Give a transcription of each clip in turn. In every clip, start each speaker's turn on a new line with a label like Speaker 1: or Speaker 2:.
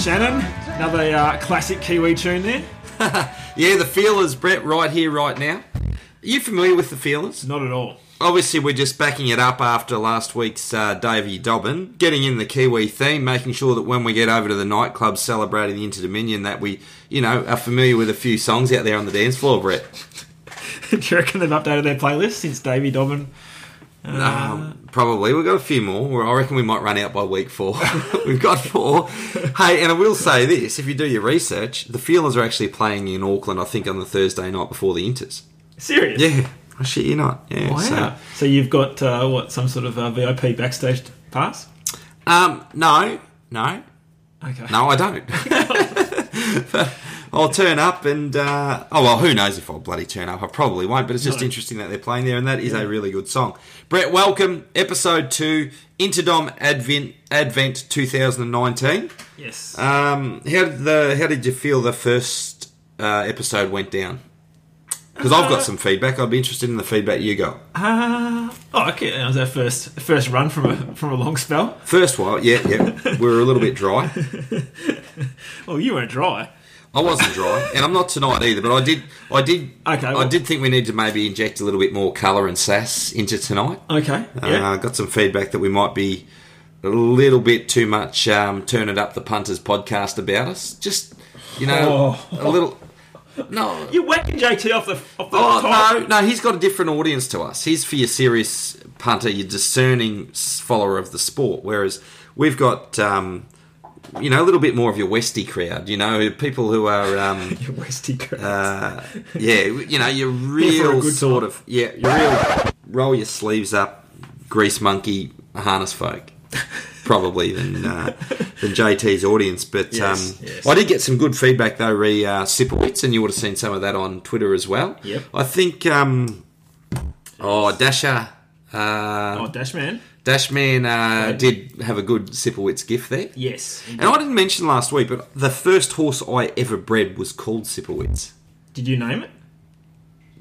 Speaker 1: Shannon, another uh, classic Kiwi tune there.
Speaker 2: Yeah, the feelers, Brett, right here, right now. Are you familiar with the feelers?
Speaker 1: Not at all.
Speaker 2: Obviously, we're just backing it up after last week's uh, Davey Dobbin, getting in the Kiwi theme, making sure that when we get over to the nightclub celebrating the Inter Dominion, that we, you know, are familiar with a few songs out there on the dance floor, Brett.
Speaker 1: Do you reckon they've updated their playlist since Davey Dobbin?
Speaker 2: Um, probably. We've got a few more. Well, I reckon we might run out by week four. We've got four. Hey, and I will say this if you do your research, the Feelers are actually playing in Auckland, I think, on the Thursday night before the Inters.
Speaker 1: Serious?
Speaker 2: Yeah. I shit you not. Yeah.
Speaker 1: Wow.
Speaker 2: so-
Speaker 1: So you've got uh, what some sort of uh, VIP backstage pass?
Speaker 2: um, no, no,
Speaker 1: Okay.
Speaker 2: no, I don't. But I'll turn up and, uh, oh, well, who knows if I'll bloody turn up. I probably won't, but it's just
Speaker 1: No.
Speaker 2: interesting that they're playing there, and that is a really good song. Brett, welcome. Episode 2, Interdom Advent, Advent 2019.
Speaker 1: Yes.
Speaker 2: Um, how did the how did you feel the first uh, episode went down? Because I've got some feedback. I'd be interested in the feedback you got.
Speaker 1: Uh, oh, okay. That was our first first run from a from a long spell.
Speaker 2: First while, yeah, yeah, we were a little bit dry.
Speaker 1: Oh, you weren't dry.
Speaker 2: I wasn't dry, and I'm not tonight either. But I did, I did,
Speaker 1: Okay,
Speaker 2: I
Speaker 1: well-
Speaker 2: did think we need to maybe inject a little bit more colour and sass into tonight.
Speaker 1: Okay. Yeah.
Speaker 2: Uh, got some feedback that we might be a little bit too much um, turn it up the punters podcast about us. Just you know,
Speaker 1: Oh.
Speaker 2: a little. No,
Speaker 1: You're whacking JT off the off the
Speaker 2: Oh
Speaker 1: top.
Speaker 2: no, no, he's got a different audience to us. He's for your serious punter, your discerning s- follower of the sport. Whereas we've got, um, you know, a little bit more of your Westy crowd. You know, people who are, um,
Speaker 1: Your Westy crowd.
Speaker 2: uh, yeah, you know, your
Speaker 1: for a
Speaker 2: real
Speaker 1: good
Speaker 2: sort
Speaker 1: time.
Speaker 2: of, yeah, your real roll your sleeves up, grease monkey, harness folk. Probably than uh, than JT's audience, but
Speaker 1: Yes,
Speaker 2: um,
Speaker 1: yes.
Speaker 2: I did get some good feedback though, re uh, Sipowicz, and you would have seen some of that on Twitter as well.
Speaker 1: Yep.
Speaker 2: I think. Um, oh, Dasher, uh,
Speaker 1: oh, Dashman.
Speaker 2: Dashman uh, did have a good Sipowicz gift there.
Speaker 1: Yes.
Speaker 2: And I didn't mention last week, but the first horse I ever bred was called Sipowicz.
Speaker 1: Did you name it?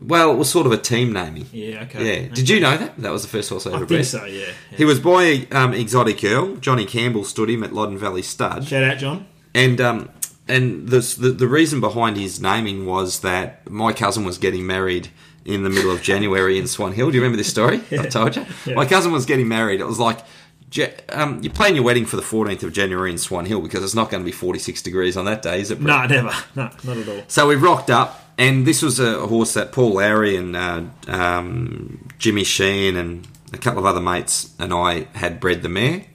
Speaker 2: Well, it was sort of a team naming.
Speaker 1: Yeah.
Speaker 2: Yeah.
Speaker 1: Okay.
Speaker 2: Did you know that? That was the first horse I ever
Speaker 1: I think
Speaker 2: bred.
Speaker 1: so. Yeah. yeah.
Speaker 2: He was by um, Exotic Earl. Johnny Campbell stood him at Loddon Valley Stud.
Speaker 1: Shout out, John.
Speaker 2: And um, and the, the the reason behind his naming was that my cousin was getting married in the middle of January in Swan Hill. Do you remember this story? I told you.
Speaker 1: Yeah.
Speaker 2: My cousin was getting married. It was like. Ja- Um, you're planning your wedding for the 14th of January in Swan Hill because it's not going to be 46 degrees on that day, is it? Brett?
Speaker 1: No, never. No, not at all.
Speaker 2: So we rocked up, and this was a horse that Paul Lowry and uh, um, Jimmy Sheehan and a couple of other mates and I had bred the mare.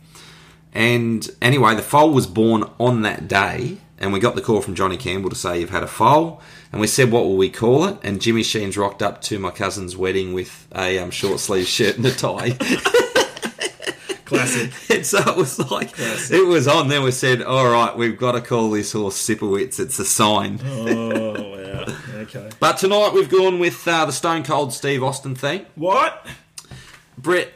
Speaker 2: And anyway, the foal was born on that day, and we got the call from Johnny Campbell to say you've had a foal. And we said, what will we call it? And Jimmy Sheehan's rocked up to my cousin's wedding with a um, short sleeve shirt and a tie.
Speaker 1: Classic.
Speaker 2: And so it was like, it was on. Then we said, all right, we've got to call this horse Sipowitz. It's a sign.
Speaker 1: oh wow. Okay.
Speaker 2: But tonight we've gone with uh, the Stone Cold Steve Austin theme.
Speaker 1: What?
Speaker 2: Brett,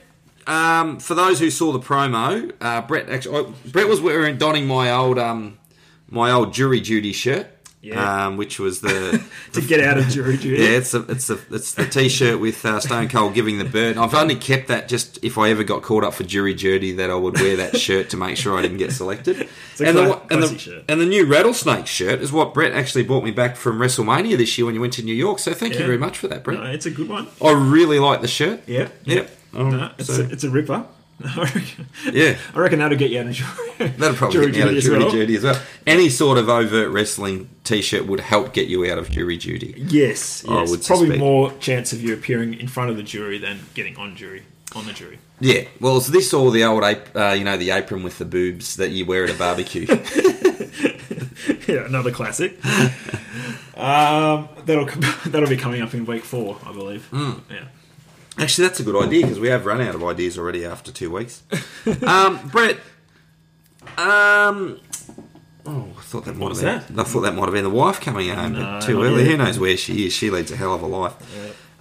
Speaker 2: um, for those who saw the promo, uh, Brett actually oh, Brett was wearing donning my old um, my old jury duty shirt,
Speaker 1: Yeah.
Speaker 2: um, which was the
Speaker 1: To get out of jury duty.
Speaker 2: yeah it's the it's the it's the t-shirt with uh, Stone Cold giving the bird. I've only kept that just if I ever got called up for jury duty that I would wear that shirt to make sure I didn't get selected.
Speaker 1: a
Speaker 2: and, the,
Speaker 1: cla-
Speaker 2: and,
Speaker 1: classy
Speaker 2: the,
Speaker 1: shirt.
Speaker 2: and the new rattlesnake shirt is what Brett actually bought me back from WrestleMania this year when you went to New York. So thank you
Speaker 1: Yeah.
Speaker 2: very much for that, Brett.
Speaker 1: No, it's a good one.
Speaker 2: I really like the shirt.
Speaker 1: Yeah.
Speaker 2: Yep. Oh,
Speaker 1: No, it's,
Speaker 2: so-
Speaker 1: a, it's a ripper. I reckon-
Speaker 2: Yeah.
Speaker 1: I reckon that'll get you out of jury.
Speaker 2: That'll probably get me out of
Speaker 1: as
Speaker 2: jury
Speaker 1: well.
Speaker 2: duty as well. Any sort of overt wrestling T-shirt would help get you out of jury duty.
Speaker 1: Yes, yes.
Speaker 2: I would
Speaker 1: probably
Speaker 2: suspect.
Speaker 1: more chance of you appearing in front of the jury than getting on jury on the jury.
Speaker 2: Yeah. Well, it's this or the old, ap- uh, you know, the apron with the boobs that you wear at a barbecue.
Speaker 1: yeah, another classic. um, that'll com- that'll be coming up in week four, I believe.
Speaker 2: Hmm.
Speaker 1: Yeah.
Speaker 2: Actually, that's a good idea because we have run out of ideas already after two weeks. um, Brett. Um. Oh, I thought that might
Speaker 1: was
Speaker 2: have been, I thought that might have been the wife coming home
Speaker 1: No,
Speaker 2: too
Speaker 1: not
Speaker 2: early.
Speaker 1: yet.
Speaker 2: Who knows where she is? She leads a hell of a life.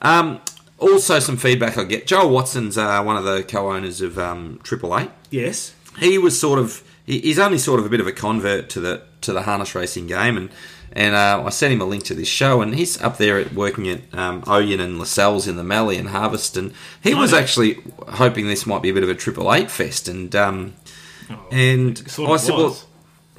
Speaker 2: Um, also, some feedback I get. Joel Watson's uh, one of the co-owners of um, AAA
Speaker 1: Yes.
Speaker 2: he was sort of he- he's only sort of a bit of a convert to the to the harness racing game and and uh, I sent him a link to this show and he's up there at working at um, Oyen and Lascelles in the Mallee and Harvest and he was
Speaker 1: yeah.
Speaker 2: actually hoping this might be a bit of a triple eight fest and um,
Speaker 1: Oh,
Speaker 2: and
Speaker 1: sort of
Speaker 2: I said well
Speaker 1: was.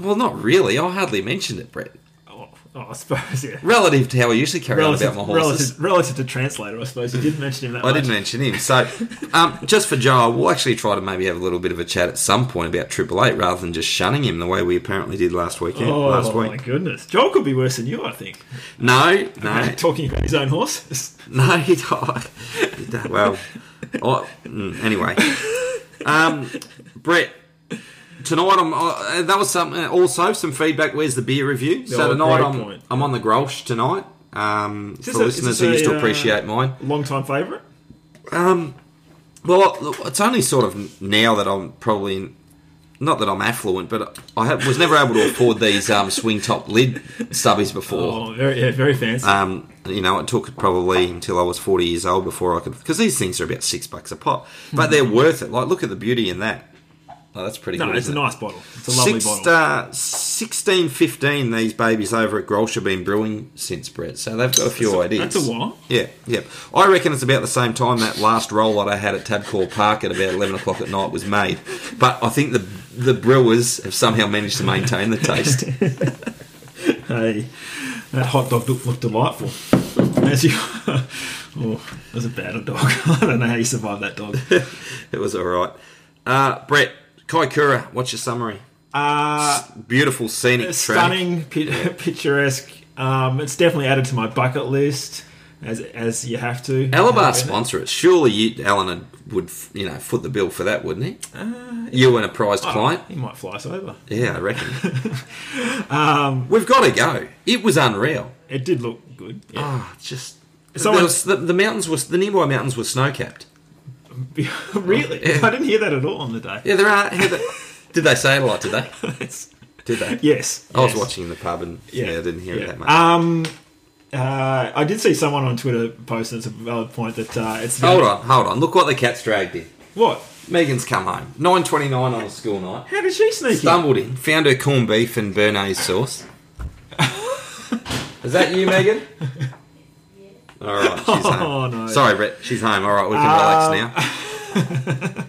Speaker 2: Well, not really. I hardly mentioned it, Brett.
Speaker 1: Oh, oh, I suppose, yeah.
Speaker 2: Relative to how I usually carry on
Speaker 1: Relative,
Speaker 2: about my horses.
Speaker 1: relative, relative to translator, I suppose. You didn't mention him that
Speaker 2: I
Speaker 1: much.
Speaker 2: didn't mention him. So, um, just for Joe, we'll actually try to maybe have a little bit of a chat at some point about Triple Eight rather than just shunning him the way we apparently did last weekend.
Speaker 1: Oh
Speaker 2: last
Speaker 1: my
Speaker 2: week.
Speaker 1: goodness, Joel could be worse than you, I think.
Speaker 2: No, no,
Speaker 1: Talking about his own horses.
Speaker 2: no. He died. He died. Well, I, mm, anyway, um, Brett. Tonight, I'm, uh, that was some uh, also some feedback. Where's the beer review? So
Speaker 1: Oh,
Speaker 2: tonight,
Speaker 1: great
Speaker 2: I'm,
Speaker 1: point.
Speaker 2: I'm on the Grolsch tonight. Um, for
Speaker 1: this a- is this
Speaker 2: listeners who used
Speaker 1: a,
Speaker 2: to
Speaker 1: uh,
Speaker 2: appreciate mine,
Speaker 1: Long time favourite.
Speaker 2: Um, well, look, it's only sort of now that I'm probably not that I'm affluent, but I have, was never able to afford these um, swing top lid subbies before.
Speaker 1: Oh, very, yeah, very fancy.
Speaker 2: Um, you know, it took probably until I was forty years old before I could because these things are about six bucks a pop, but they're worth it. Like, look at the beauty in that. Oh, that's pretty.
Speaker 1: Mm-hmm. no,
Speaker 2: good,
Speaker 1: it's a
Speaker 2: isn't it?
Speaker 1: nice bottle. It's a lovely
Speaker 2: Six,
Speaker 1: bottle.
Speaker 2: Uh, 16, 15, these babies over at Grolsch have been brewing since, Brett. So they've got a few
Speaker 1: That's a-
Speaker 2: ideas.
Speaker 1: that's a while.
Speaker 2: Yeah, yeah. I reckon it's about the same time that last roll that I had at Tabcorp Park at about 11 o'clock at night was made. But I think the the brewers have somehow managed to maintain the taste.
Speaker 1: Hey, that hot dog looked, looked delightful. As you, oh, that was a bad dog. I don't know how you survived that dog.
Speaker 2: it was all right. Uh, Brett, Kaikoura, what's your summary?
Speaker 1: Uh,
Speaker 2: Ah, Beautiful scenic track.
Speaker 1: stunning, pi- picturesque. Um, it's definitely added to my bucket list, as as you have to.
Speaker 2: Alabar sponsor it. Surely you, Alan would, you know, foot the bill for that, wouldn't he?
Speaker 1: Uh,
Speaker 2: you and a prized client.
Speaker 1: Ah, He might fly us over.
Speaker 2: Yeah, I reckon. um, We've got to go. It was unreal.
Speaker 1: It did look good. Yeah.
Speaker 2: Oh, just
Speaker 1: Ah, Someone-
Speaker 2: there was- the, the mountains was the nearby mountains were snow capped.
Speaker 1: really?
Speaker 2: Oh. Yeah.
Speaker 1: I didn't hear that at all on the day.
Speaker 2: Yeah, there are. Heather, did they say it a lot today?
Speaker 1: Yes.
Speaker 2: Did they?
Speaker 1: yes.
Speaker 2: I was watching in the pub and yeah,
Speaker 1: Yeah.
Speaker 2: I didn't hear it
Speaker 1: Yeah.
Speaker 2: that much.
Speaker 1: Um, uh, I did see someone on Twitter post, and it's a valid point, that uh, it's... the-
Speaker 2: hold on, hold on. Look what the cat's dragged in.
Speaker 1: What?
Speaker 2: Megan's come home. Nine twenty nine on a school night.
Speaker 1: How did she sneak in?
Speaker 2: Stumbled in, found her corned beef and béarnaise sauce. Is that you, Megan? All right, she's
Speaker 1: Oh,
Speaker 2: home.
Speaker 1: no.
Speaker 2: Sorry, Brett, she's home. All right, we can relax now.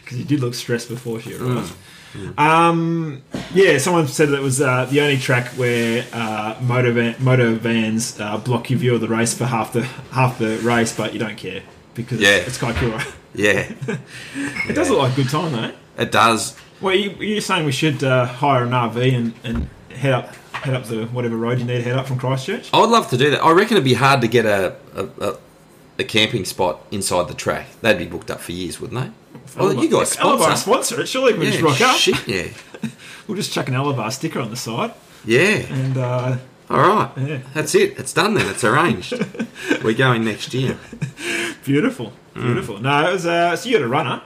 Speaker 1: Because you did look stressed before she arrived.
Speaker 2: Mm.
Speaker 1: Um, yeah, someone said that it was uh, the only track where uh, motor, van- motor vans uh, block your view of the race for half the half the race, but you don't care because
Speaker 2: Yeah.
Speaker 1: it's Kaikoura.
Speaker 2: Yeah,
Speaker 1: It does look like a good time, though.
Speaker 2: it does.
Speaker 1: Well, you, you're saying we should uh, hire an RV and, and head up head up the whatever road you need to head up from Christchurch?
Speaker 2: I would love to do that. I reckon it'd be hard to get a a, a, a camping spot inside the track. They'd be booked up for years, wouldn't they? Oh,
Speaker 1: Oh,
Speaker 2: Well, you guys
Speaker 1: Elevar
Speaker 2: sponsor.
Speaker 1: sponsor it. Surely we can
Speaker 2: Yeah,
Speaker 1: just rock up.
Speaker 2: shit, yeah,
Speaker 1: We'll just chuck an Elevar sticker on the side
Speaker 2: yeah.
Speaker 1: and uh,
Speaker 2: All right,
Speaker 1: Yeah.
Speaker 2: that's it. It's done then. It's arranged. We're going next year.
Speaker 1: beautiful, beautiful. No, it was uh, so you had a runner,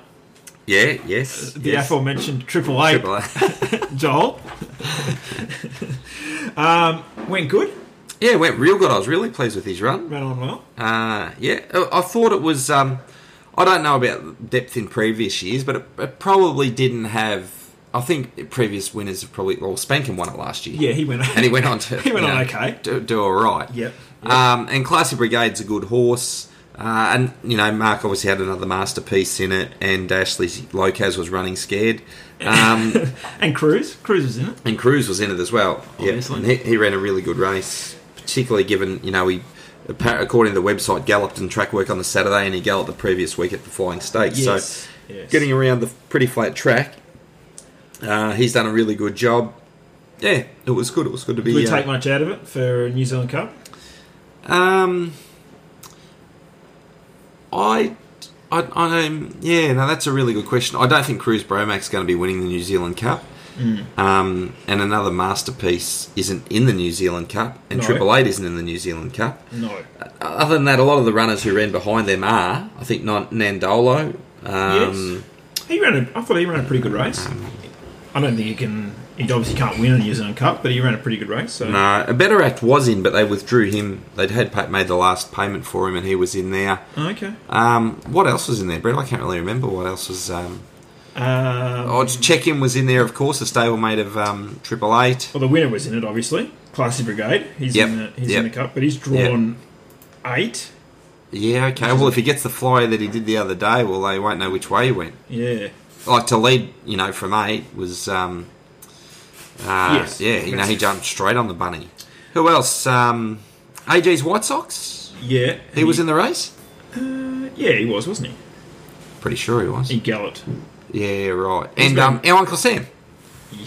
Speaker 2: Yeah. Yes.
Speaker 1: the
Speaker 2: yes.
Speaker 1: aforementioned Triple Eight
Speaker 2: Triple A.
Speaker 1: Joel. um, went good,
Speaker 2: Yeah, it went real good. I was really pleased with his run.
Speaker 1: ran on well.
Speaker 2: Uh, yeah, I I thought it was. Um, I don't know about depth in previous years, but it, it probably didn't have. I think previous winners have probably. Well, Spankin won it last year.
Speaker 1: Yeah, he went.
Speaker 2: and he went on to.
Speaker 1: He went
Speaker 2: you
Speaker 1: on
Speaker 2: know,
Speaker 1: okay.
Speaker 2: Do, do all right.
Speaker 1: Yep.
Speaker 2: Um, and Classy Brigade's a good horse. Uh, and, you know, Mark obviously had another masterpiece in it, and Ashley Locas was running scared. Um,
Speaker 1: and Cruz, Cruz was in it.
Speaker 2: and Cruz was in it as well. Yeah,
Speaker 1: Obviously.
Speaker 2: and he, he ran a really good race, particularly given you know he, appa- according to the website, galloped in track work on the Saturday, and he galloped the previous week at the Flying Stakes.
Speaker 1: Yes,
Speaker 2: So,
Speaker 1: yes.
Speaker 2: getting around the pretty flat track, uh, he's done a really good job. Yeah, it was good. It was good to be.
Speaker 1: Did we
Speaker 2: uh,
Speaker 1: take much out of it for New Zealand Cup?
Speaker 2: um, I. I, I, um, yeah, no, that's a really good question. I don't think Cruz Bromac's going to be winning the New Zealand Cup. Um, and another masterpiece isn't in the New Zealand Cup, and
Speaker 1: No.
Speaker 2: Triple Eight isn't in the New Zealand Cup. Uh,
Speaker 1: No.
Speaker 2: Other than that, a lot of the runners who ran behind them are. I think Nan- Nandolo. Um,
Speaker 1: He ran. A, I thought he ran a pretty good race. I don't think he can. He obviously can't win a New Zealand Cup, but he ran a pretty good race. So
Speaker 2: No, a better act was in, but they withdrew him. They'd had pa- made the last payment for him, and he was in there.
Speaker 1: Oh, okay.
Speaker 2: Um, what else was in there, Brett? I can't really remember what else was. Um,
Speaker 1: Um,
Speaker 2: Oh, check in was in there, of course, a stablemate of um, Triple Eight.
Speaker 1: well, the winner was in it, obviously. Classy Brigade. He's
Speaker 2: Yep,
Speaker 1: in the he's
Speaker 2: yep.
Speaker 1: in the cup, but he's drawn eight.
Speaker 2: Yeah, okay. Well, if he gets the flyer that he did the other day, well, they won't know which way he went.
Speaker 1: Yeah.
Speaker 2: Like to lead, you know, from eight was um, Uh,
Speaker 1: Yes.
Speaker 2: Yeah, you know, he jumped straight on the bunny. Who else? Um, AG's White Sox?
Speaker 1: Yeah, Uh,
Speaker 2: He was in the race?
Speaker 1: Yeah, he was, wasn't he?
Speaker 2: Pretty sure he was.
Speaker 1: He galloped.
Speaker 2: Yeah, right. And um,
Speaker 1: been-
Speaker 2: our Uncle Sam,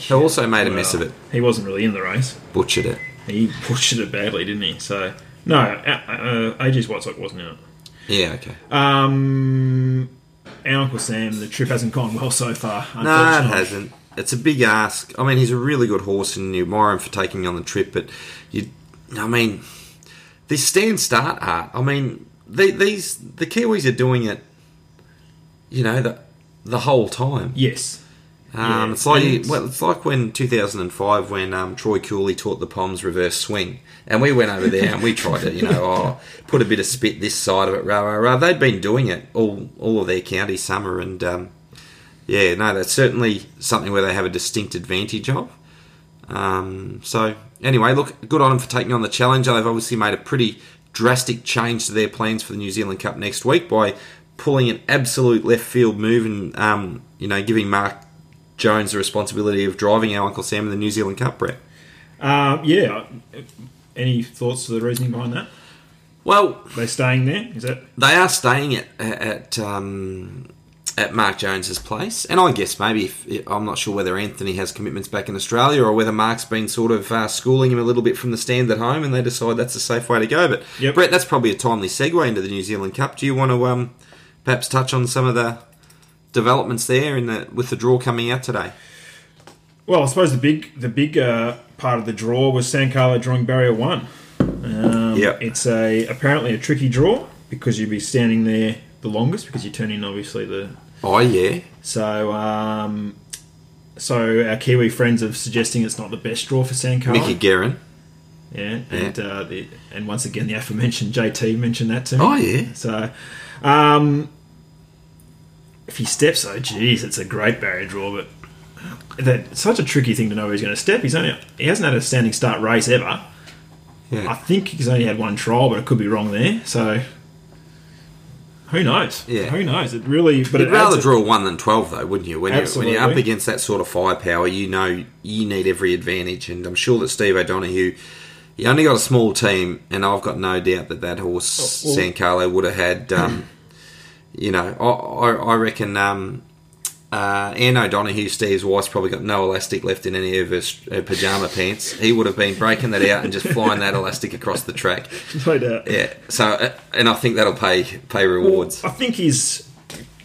Speaker 2: who also made a mess of it,
Speaker 1: He wasn't really in the race.
Speaker 2: butchered it.
Speaker 1: He butchered it badly, didn't he? So no, uh, uh, AG's Whitesock wasn't in it.
Speaker 2: Yeah, okay.
Speaker 1: Um, our Uncle Sam, the trip hasn't gone well so far.
Speaker 2: No, it
Speaker 1: unfortunately.
Speaker 2: hasn't. It's a big ask. I mean, he's a really good horse, and you admire him for taking you on the trip. But you, I mean, this stand start art. I mean, the, these the Kiwis are doing it. You know the the whole time.
Speaker 1: Yes.
Speaker 2: Um,
Speaker 1: Yeah,
Speaker 2: it's like
Speaker 1: and-
Speaker 2: well, it's like when 2005 when um, Troy Cooley taught the Poms reverse swing, and we went over there and we tried to you know oh put a bit of spit this side of it, rah rah rah. They'd been doing it all all of their county summer, and um, yeah, no, that's certainly something where they have a distinct advantage of. Um, so anyway, look, good on them for taking on the challenge. They've obviously made a pretty drastic change to their plans for the New Zealand Cup next week by pulling an absolute left field move and um, you know giving Mark Jones the responsibility of driving our Uncle Sam in the New Zealand Cup, Brett.
Speaker 1: Um, yeah. Any thoughts to the reasoning behind that?
Speaker 2: Well,
Speaker 1: They staying there? Is that?
Speaker 2: they are staying at at um, at Mark Jones's place, and I guess maybe if, I'm not sure whether Anthony has commitments back in Australia or whether Mark's been sort of uh, schooling him a little bit from the stand at home, and they decide that's a safe way to go. But
Speaker 1: Yep.
Speaker 2: Brett, that's probably a timely segue into the New Zealand Cup. Do you want to um, perhaps touch on some of the developments there in the with the draw coming out today?
Speaker 1: Well, I suppose the big the big uh, part of the draw was San Carlo drawing barrier one. Um,
Speaker 2: Yeah.
Speaker 1: It's a apparently a tricky draw because you'd be standing there the longest because you turn in obviously the
Speaker 2: Oh yeah,
Speaker 1: so. Um, so our Kiwi friends are suggesting it's not the best draw for San Carlo.
Speaker 2: Mickey Guerin.
Speaker 1: Yeah, and Uh, the, and once again the aforementioned JT mentioned that to me.
Speaker 2: Oh yeah.
Speaker 1: So, um, if he steps, oh geez, it's a great barrier draw, but that it's such a tricky thing to know where he's going to step. He's only he hasn't had a standing start race ever.
Speaker 2: Yeah.
Speaker 1: I think he's only had one trial, but I could be wrong there. So, who knows?
Speaker 2: Yeah.
Speaker 1: who knows? It really, but it
Speaker 2: You'd
Speaker 1: adds
Speaker 2: rather
Speaker 1: a-
Speaker 2: draw one than twelve, though, wouldn't you? When, you? when you're up
Speaker 1: Absolutely.
Speaker 2: against that sort of firepower, you know you need every advantage, and I'm sure that Steve O'Donoghue, he only got a small team, and I've got no doubt that that horse
Speaker 1: Oh, well-
Speaker 2: San Carlo would have had. Um, you know, I, I, I reckon um, uh, Anne O'Donoghue, Steve's wife's probably got no elastic left in any of her, st- her pajama pants. He would have been breaking that out and just flying that elastic across the track.
Speaker 1: no doubt.
Speaker 2: Yeah. So, uh, and I think that'll pay pay rewards.
Speaker 1: I think he's.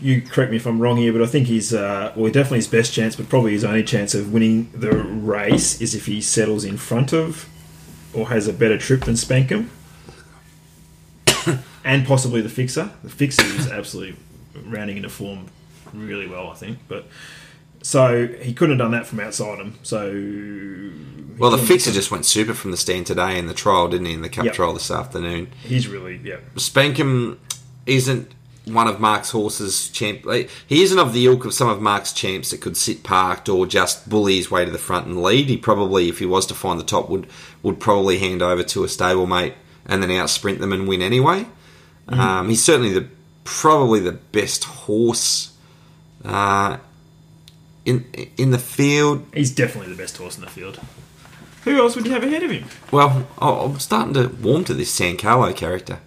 Speaker 1: You correct me if I'm wrong here, but I think he's uh, well, definitely his best chance, but probably his only chance of winning the race is if he settles in front of, or has a better trip than Spankham, and possibly the fixer. The fixer is absolutely rounding into form really well, I think. But so he couldn't have done that from outside him. So
Speaker 2: Well, the
Speaker 1: Yeah.
Speaker 2: fixer just went super from the stand today in the trial, didn't he? In the cup
Speaker 1: Yep.
Speaker 2: trial this afternoon.
Speaker 1: he's really yeah.
Speaker 2: Spankham isn't one of Mark's horses' champ. like, He isn't of the ilk of some of Mark's champs that could sit parked or just bully his way to the front and lead. He probably, if he was to find the top, would would probably hand over to a stablemate and then out sprint them and win anyway. Um, he's certainly the probably the best horse uh, in in the field.
Speaker 1: He's definitely the best horse in the field. Who else would you have ahead of him?
Speaker 2: Well, I- I'm starting to warm to this San Carlo character.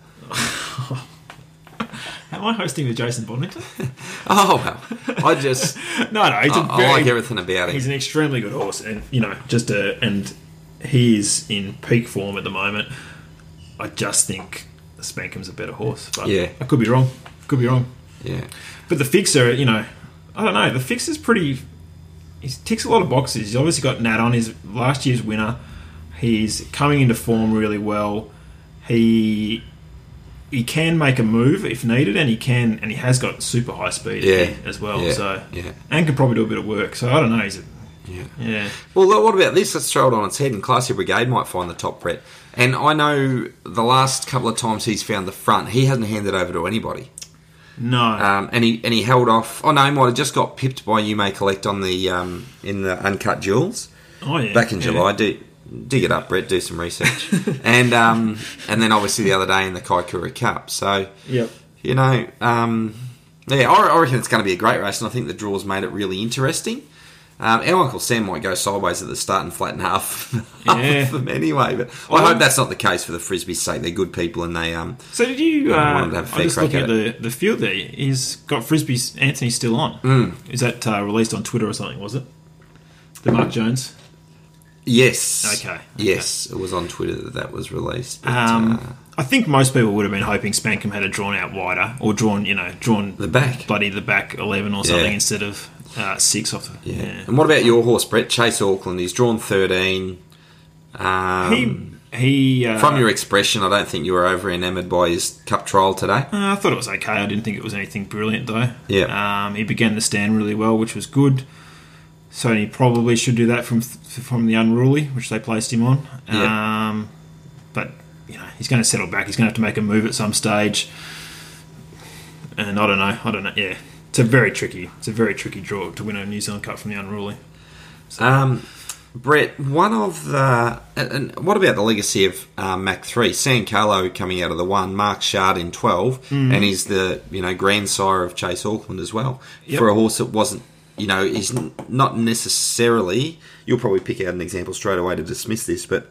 Speaker 1: Am I hosting with Jason Bonington?
Speaker 2: Oh well, I just
Speaker 1: No, no, he's a
Speaker 2: I, I
Speaker 1: very,
Speaker 2: like everything about
Speaker 1: he's
Speaker 2: him.
Speaker 1: an extremely good horse, and you know, just a, and he is in peak form at the moment. I just think Spankham's a better horse, but
Speaker 2: Yeah.
Speaker 1: I could be wrong. Could be wrong.
Speaker 2: Yeah,
Speaker 1: But the fixer, you know, I don't know. The fixer's pretty. He ticks a lot of boxes. He's obviously got Nat on his last year's winner. He's coming into form really well. He he can make a move if needed, and he can and he has got super high speed
Speaker 2: Yeah.
Speaker 1: as well.
Speaker 2: Yeah.
Speaker 1: So
Speaker 2: Yeah.
Speaker 1: and can probably do a bit of work. So I don't know. He's a,
Speaker 2: yeah.
Speaker 1: yeah.
Speaker 2: Well, look, what about this? Let's throw it on its head, and Classy Brigade might find the top Brett. And I know the last couple of times he's found the front, he hasn't handed over to anybody.
Speaker 1: No.
Speaker 2: Um, and he and he held off. Oh no, he might have just got pipped by you may collect on the um, in the uncut jewels.
Speaker 1: oh yeah.
Speaker 2: back in
Speaker 1: yeah.
Speaker 2: July. Do, dig it up, Brett. Do some research, and um, and then obviously the other day in the Kaikoura Cup. So
Speaker 1: Yep.
Speaker 2: you know, um, yeah, I, I reckon it's going to be a great race, and I think the draws made it really interesting. Um, our Uncle Sam might go sideways at the start and flatten half, half
Speaker 1: Yeah.
Speaker 2: of them anyway. But I hope that's not the case for the Frisbee's sake. They're good people and they. Um,
Speaker 1: So did you? Uh,
Speaker 2: I wanted to have a
Speaker 1: I'm
Speaker 2: fair
Speaker 1: just
Speaker 2: crack
Speaker 1: looking
Speaker 2: at
Speaker 1: at the, the field there. He's got Frisbee's Anthony still on.
Speaker 2: Hmm.
Speaker 1: Is that uh, released on Twitter or something? Was it the Mark Jones?
Speaker 2: yes.
Speaker 1: Okay, okay.
Speaker 2: Yes, it was on Twitter that that was released. But,
Speaker 1: Um,
Speaker 2: uh,
Speaker 1: I think most people would have been hoping Spankham had a drawn out wider or drawn, you know, drawn
Speaker 2: the back.
Speaker 1: bloody the back eleven or something
Speaker 2: Yeah.
Speaker 1: instead of uh, six off. The,
Speaker 2: yeah. And what about your horse, Brett? Chase Auckland. He's drawn 13. Um,
Speaker 1: he he. Uh,
Speaker 2: From your expression, I don't think you were over enamoured by his cup trial today.
Speaker 1: Uh, I thought it was okay. I didn't think it was anything brilliant though.
Speaker 2: Yeah.
Speaker 1: Um, he began the stand really well, which was good. Sony probably should do that from from the unruly, which they placed him on.
Speaker 2: Yeah.
Speaker 1: Um, but you know he's going to settle back. He's going to have to make a move at some stage. And I don't know. I don't know. Yeah, it's a very tricky. It's a very tricky draw to win a New Zealand Cup from the unruly.
Speaker 2: Um, Brett, one of the. And and what about the legacy of uh, Mac 3? San Carlo coming out of the 1, Mark Shard in 12,
Speaker 1: Mm.
Speaker 2: and he's the, you know, grandsire of Chase Auckland as well.
Speaker 1: Yep.
Speaker 2: For a horse that wasn't, you know, he's n- not necessarily. You'll probably pick out an example straight away to dismiss this, but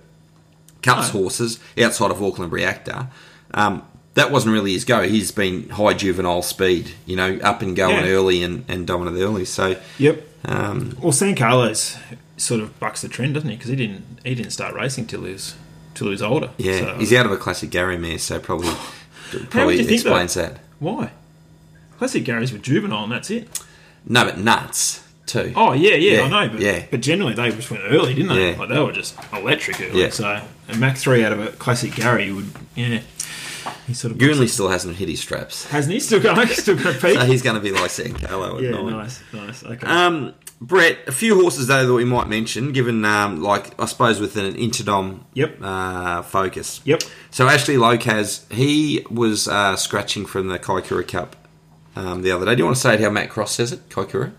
Speaker 2: Cups
Speaker 1: No.
Speaker 2: horses outside of Auckland Reactor. Um, that wasn't really his go. He's been high juvenile speed, you know, up and going
Speaker 1: Yeah.
Speaker 2: early and, and dominant early. So,
Speaker 1: Yep.
Speaker 2: um,
Speaker 1: Well, San Carlos sort of bucks the trend, doesn't he? Because he didn't he didn't start racing till he was till he was older.
Speaker 2: Yeah,
Speaker 1: So-
Speaker 2: he's out of a classic Gary mare, so probably
Speaker 1: would
Speaker 2: probably
Speaker 1: you think that?
Speaker 2: explains that?
Speaker 1: Why? Classic Gary's with juvenile, and that's it.
Speaker 2: No, but nuts too.
Speaker 1: Oh yeah, yeah,
Speaker 2: Yeah,
Speaker 1: I know. But,
Speaker 2: yeah.
Speaker 1: but generally they just went early, didn't they?
Speaker 2: Yeah.
Speaker 1: Like they were just electric early.
Speaker 2: Yeah.
Speaker 1: So a Mac three out of a classic Gary would, yeah. He sort of
Speaker 2: Goonley still hasn't hit his straps,
Speaker 1: hasn't he still going? Still going to peak?
Speaker 2: so he's going to be like San Carlo at
Speaker 1: yeah,
Speaker 2: nine.
Speaker 1: nice, nice. Okay.
Speaker 2: Um, Brett, a few horses though that we might mention, given um, like I suppose with an interdom
Speaker 1: Yep.
Speaker 2: uh, focus.
Speaker 1: Yep.
Speaker 2: So Ashley Locas, he was uh, scratching from the Kaikoura Cup um, the other day. Do you want to say it how Matt Cross says it? Kaikoura.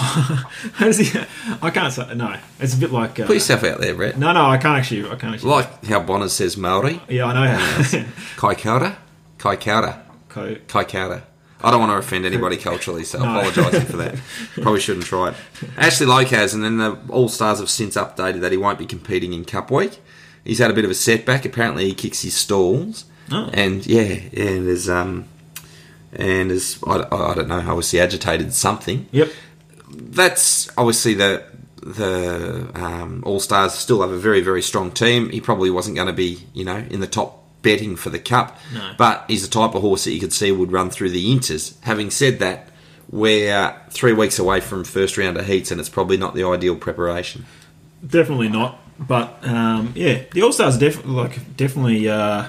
Speaker 1: How does he- I can't say no. It's a bit like uh,
Speaker 2: Put yourself out there, Brett.
Speaker 1: no, no. I can't actually. I can't actually.
Speaker 2: Like how Bonner says Maori.
Speaker 1: yeah, I know.
Speaker 2: Kaikoura. Kaikoura.
Speaker 1: Co-
Speaker 2: Kaikoura. I don't want to offend anybody culturally, so
Speaker 1: No.
Speaker 2: I apologise for that. Probably shouldn't try it. Ashley Locas, and then the All Stars have since updated that he won't be competing in Cup Week. He's had a bit of a setback. Apparently, he kicks his stalls,
Speaker 1: Oh.
Speaker 2: and yeah, and is um, and is I, I don't know, obviously agitated something.
Speaker 1: yep.
Speaker 2: That's obviously the the um, All Stars still have a very very strong team. He probably wasn't going to be you know in the top betting for the cup,
Speaker 1: No.
Speaker 2: but he's the type of horse that you could see would run through the Inters. Having said that, we're three weeks away from first round of heats, and it's probably not the ideal preparation.
Speaker 1: Definitely not. But um, yeah, the All Stars definitely like definitely uh,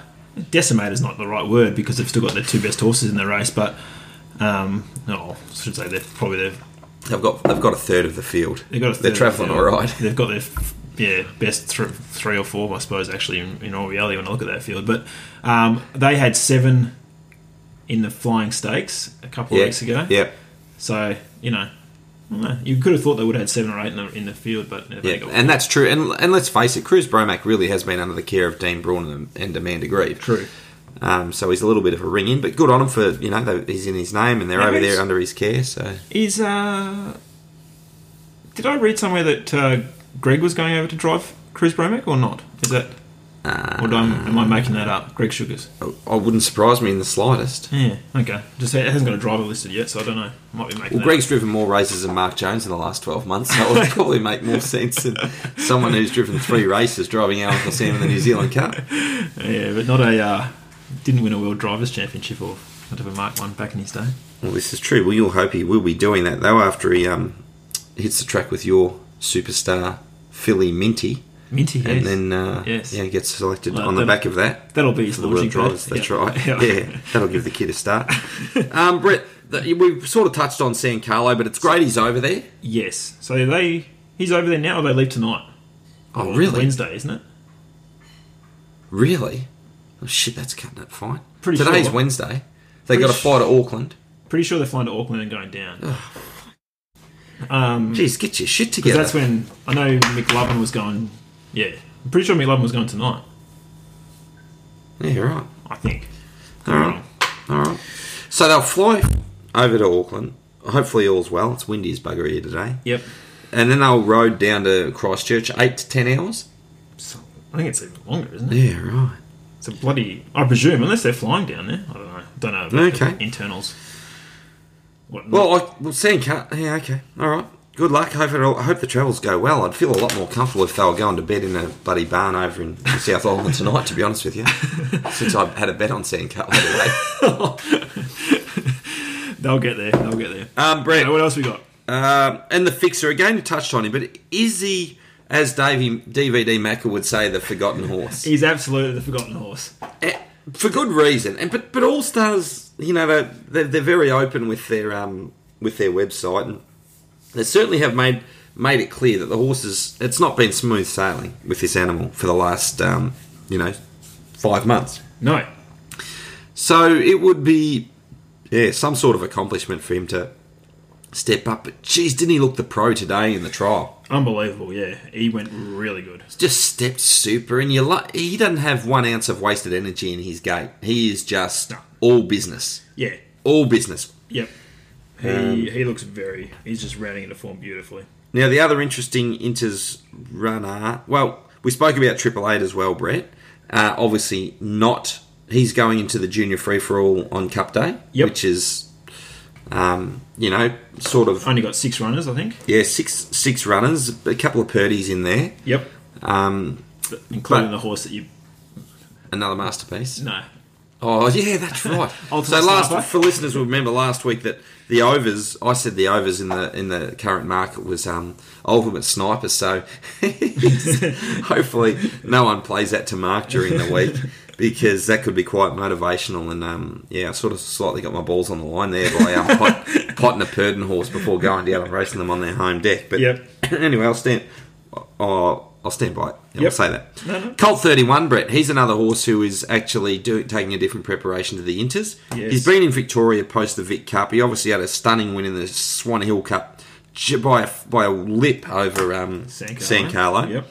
Speaker 1: decimate is not the right word because they've still got their two best horses in the race. But um, no, I should say they're probably they've,
Speaker 2: They've got they've got a third of the field.
Speaker 1: they've got a
Speaker 2: They're
Speaker 1: third-
Speaker 2: travelling all right.
Speaker 1: They've got their f- yeah best thr three or four, I suppose, actually in, in all reality when I look at that field. But um, they had seven in the flying stakes a couple of weeks ago.
Speaker 2: Yep.
Speaker 1: So you know, I don't know. you could have thought they would have had seven or eight in the, in the field, but they
Speaker 2: Yeah,
Speaker 1: got
Speaker 2: and that's true. And and let's face it, Cruz Bromack really has been under the care of Dean Braun and, and Amanda Grieve.
Speaker 1: true.
Speaker 2: Um, so he's a little bit of a ring in, but good on him for you know they, he's in his name and they're
Speaker 1: Yeah,
Speaker 2: over
Speaker 1: he's-
Speaker 2: there under his care. So
Speaker 1: Is uh, did I read somewhere that uh, Greg was going over to drive Cruz Bromick or not? Is that or do I, am I making that up? Greg Sugars.
Speaker 2: I, I wouldn't surprise me in the slightest.
Speaker 1: Yeah. Okay. Just it hasn't got a driver listed yet, so I don't know. Might be making.
Speaker 2: Well,
Speaker 1: that
Speaker 2: Greg's driven more races than Mark Jones in the last twelve months, so it would probably make more sense than someone who's driven three races driving our Uncle Sam in the New Zealand Cup.
Speaker 1: up. Yeah, but not a. Uh, didn't win a World Drivers' Championship or whatever Mark one back in his day.
Speaker 2: Well, this is true. Well, you'll hope he will be doing that though after he um, hits the track with your superstar Philly Minty,
Speaker 1: Minty. Yes.
Speaker 2: and then uh,
Speaker 1: Yes.
Speaker 2: yeah gets selected
Speaker 1: Well,
Speaker 2: on the
Speaker 1: that'll-
Speaker 2: back of that.
Speaker 1: That'll be his
Speaker 2: the world
Speaker 1: launching pad.
Speaker 2: drivers. That's
Speaker 1: Yeah.
Speaker 2: right. Yeah. that'll give the kid a start. Um, Brett, th we've sort of touched on San Carlo, but it's great he's over there.
Speaker 1: Yes. So they. He's over there now. Or they leave tonight.
Speaker 2: Oh,
Speaker 1: Or
Speaker 2: really?
Speaker 1: Wednesday, isn't it?
Speaker 2: Really? Oh, shit, that's cutting it fine.
Speaker 1: Pretty
Speaker 2: Today's
Speaker 1: sure.
Speaker 2: Wednesday. They
Speaker 1: Pretty
Speaker 2: got a fly to Auckland.
Speaker 1: Pretty sure they're flying to Auckland and going down.
Speaker 2: Jeez, get your
Speaker 1: Mm.
Speaker 2: shit
Speaker 1: Because
Speaker 2: together.
Speaker 1: that's when I know McLovin was going. Yeah, I'm pretty sure McLovin was going tonight.
Speaker 2: yeah, you're right.
Speaker 1: I think.
Speaker 2: All right.
Speaker 1: Mm.
Speaker 2: All right. So they'll fly over to Auckland. Hopefully all's well. It's windy as bugger here today.
Speaker 1: Yep.
Speaker 2: and then they'll rode down to Christchurch, eight to ten hours.
Speaker 1: So, I think it's even longer, isn't it?
Speaker 2: Yeah, right.
Speaker 1: It's a bloody. I presume, unless they're flying down there. I don't know. Don't know. About
Speaker 2: Okay.
Speaker 1: The internals. What,
Speaker 2: Well, I, well, seeing car. Yeah, okay, all right. Good luck. Hope it all, I hope the travels go well. I'd feel a lot more comfortable if they were going to bed in a bloody barn over in South Island tonight. To be honest with you, since I've had a bet on seeing car.
Speaker 1: they'll get there. They'll get there.
Speaker 2: Um, Brett,
Speaker 1: So what else we got?
Speaker 2: Um, and the fixer again you touched on him, but is he, as Davey DVD Macker would say, the forgotten horse?
Speaker 1: He's absolutely the forgotten horse.
Speaker 2: Eh, For good reason, and but but All Stars, you know, they're, they're they're very open with their um with their website, and they certainly have made made it clear that the horses it's not been smooth sailing with this animal for the last um you know five months.
Speaker 1: No.
Speaker 2: So it would be, yeah, some sort of accomplishment for him to step up. But geez, didn't he look the pro today in the trial?
Speaker 1: Unbelievable. Yeah. He went really good.
Speaker 2: just stepped super, and you like he doesn't have one ounce of wasted energy in his gait. He is just
Speaker 1: No.
Speaker 2: all business,
Speaker 1: Yeah.
Speaker 2: all business.
Speaker 1: Yep. He
Speaker 2: Um,
Speaker 1: he looks very. He's just rounding into form beautifully.
Speaker 2: Now the other interesting Inter's runner, well, we spoke about Triple Eight as well, Brett. Uh, obviously not. He's going into the junior free for all on Cup Day,
Speaker 1: Yep.
Speaker 2: which is, um, you know, sort of
Speaker 1: Only got six runners, I think.
Speaker 2: yeah, six six runners, a couple of purdies in there,
Speaker 1: Yep.
Speaker 2: um,
Speaker 1: Including
Speaker 2: But-
Speaker 1: the horse that you.
Speaker 2: another masterpiece.
Speaker 1: No.
Speaker 2: Oh yeah, that's right. so
Speaker 1: Ultimate
Speaker 2: last
Speaker 1: Sniper.
Speaker 2: for listeners will remember last week that the overs I said the overs in the in the current market was um ultimate sniper. So hopefully no one plays that to Mark during the week because that could be quite motivational. And um yeah, I sort of slightly got my balls on the line there by um, pot, potting a Purden horse before going down and racing them on their home deck. But
Speaker 1: Yep.
Speaker 2: anyway, I'll stand. Oh, I'll stand by it. Yeah,
Speaker 1: Yep.
Speaker 2: I'll say that.
Speaker 1: No, no.
Speaker 2: Colt 31, Brett. He's another horse who is actually do, taking a different preparation to the Inters.
Speaker 1: Yes.
Speaker 2: He's been in Victoria post the Vic Cup. He obviously had a stunning win in the Swan Hill Cup j- by a, by a lip over um,
Speaker 1: San Carlo.
Speaker 2: San Carlo.
Speaker 1: Yep.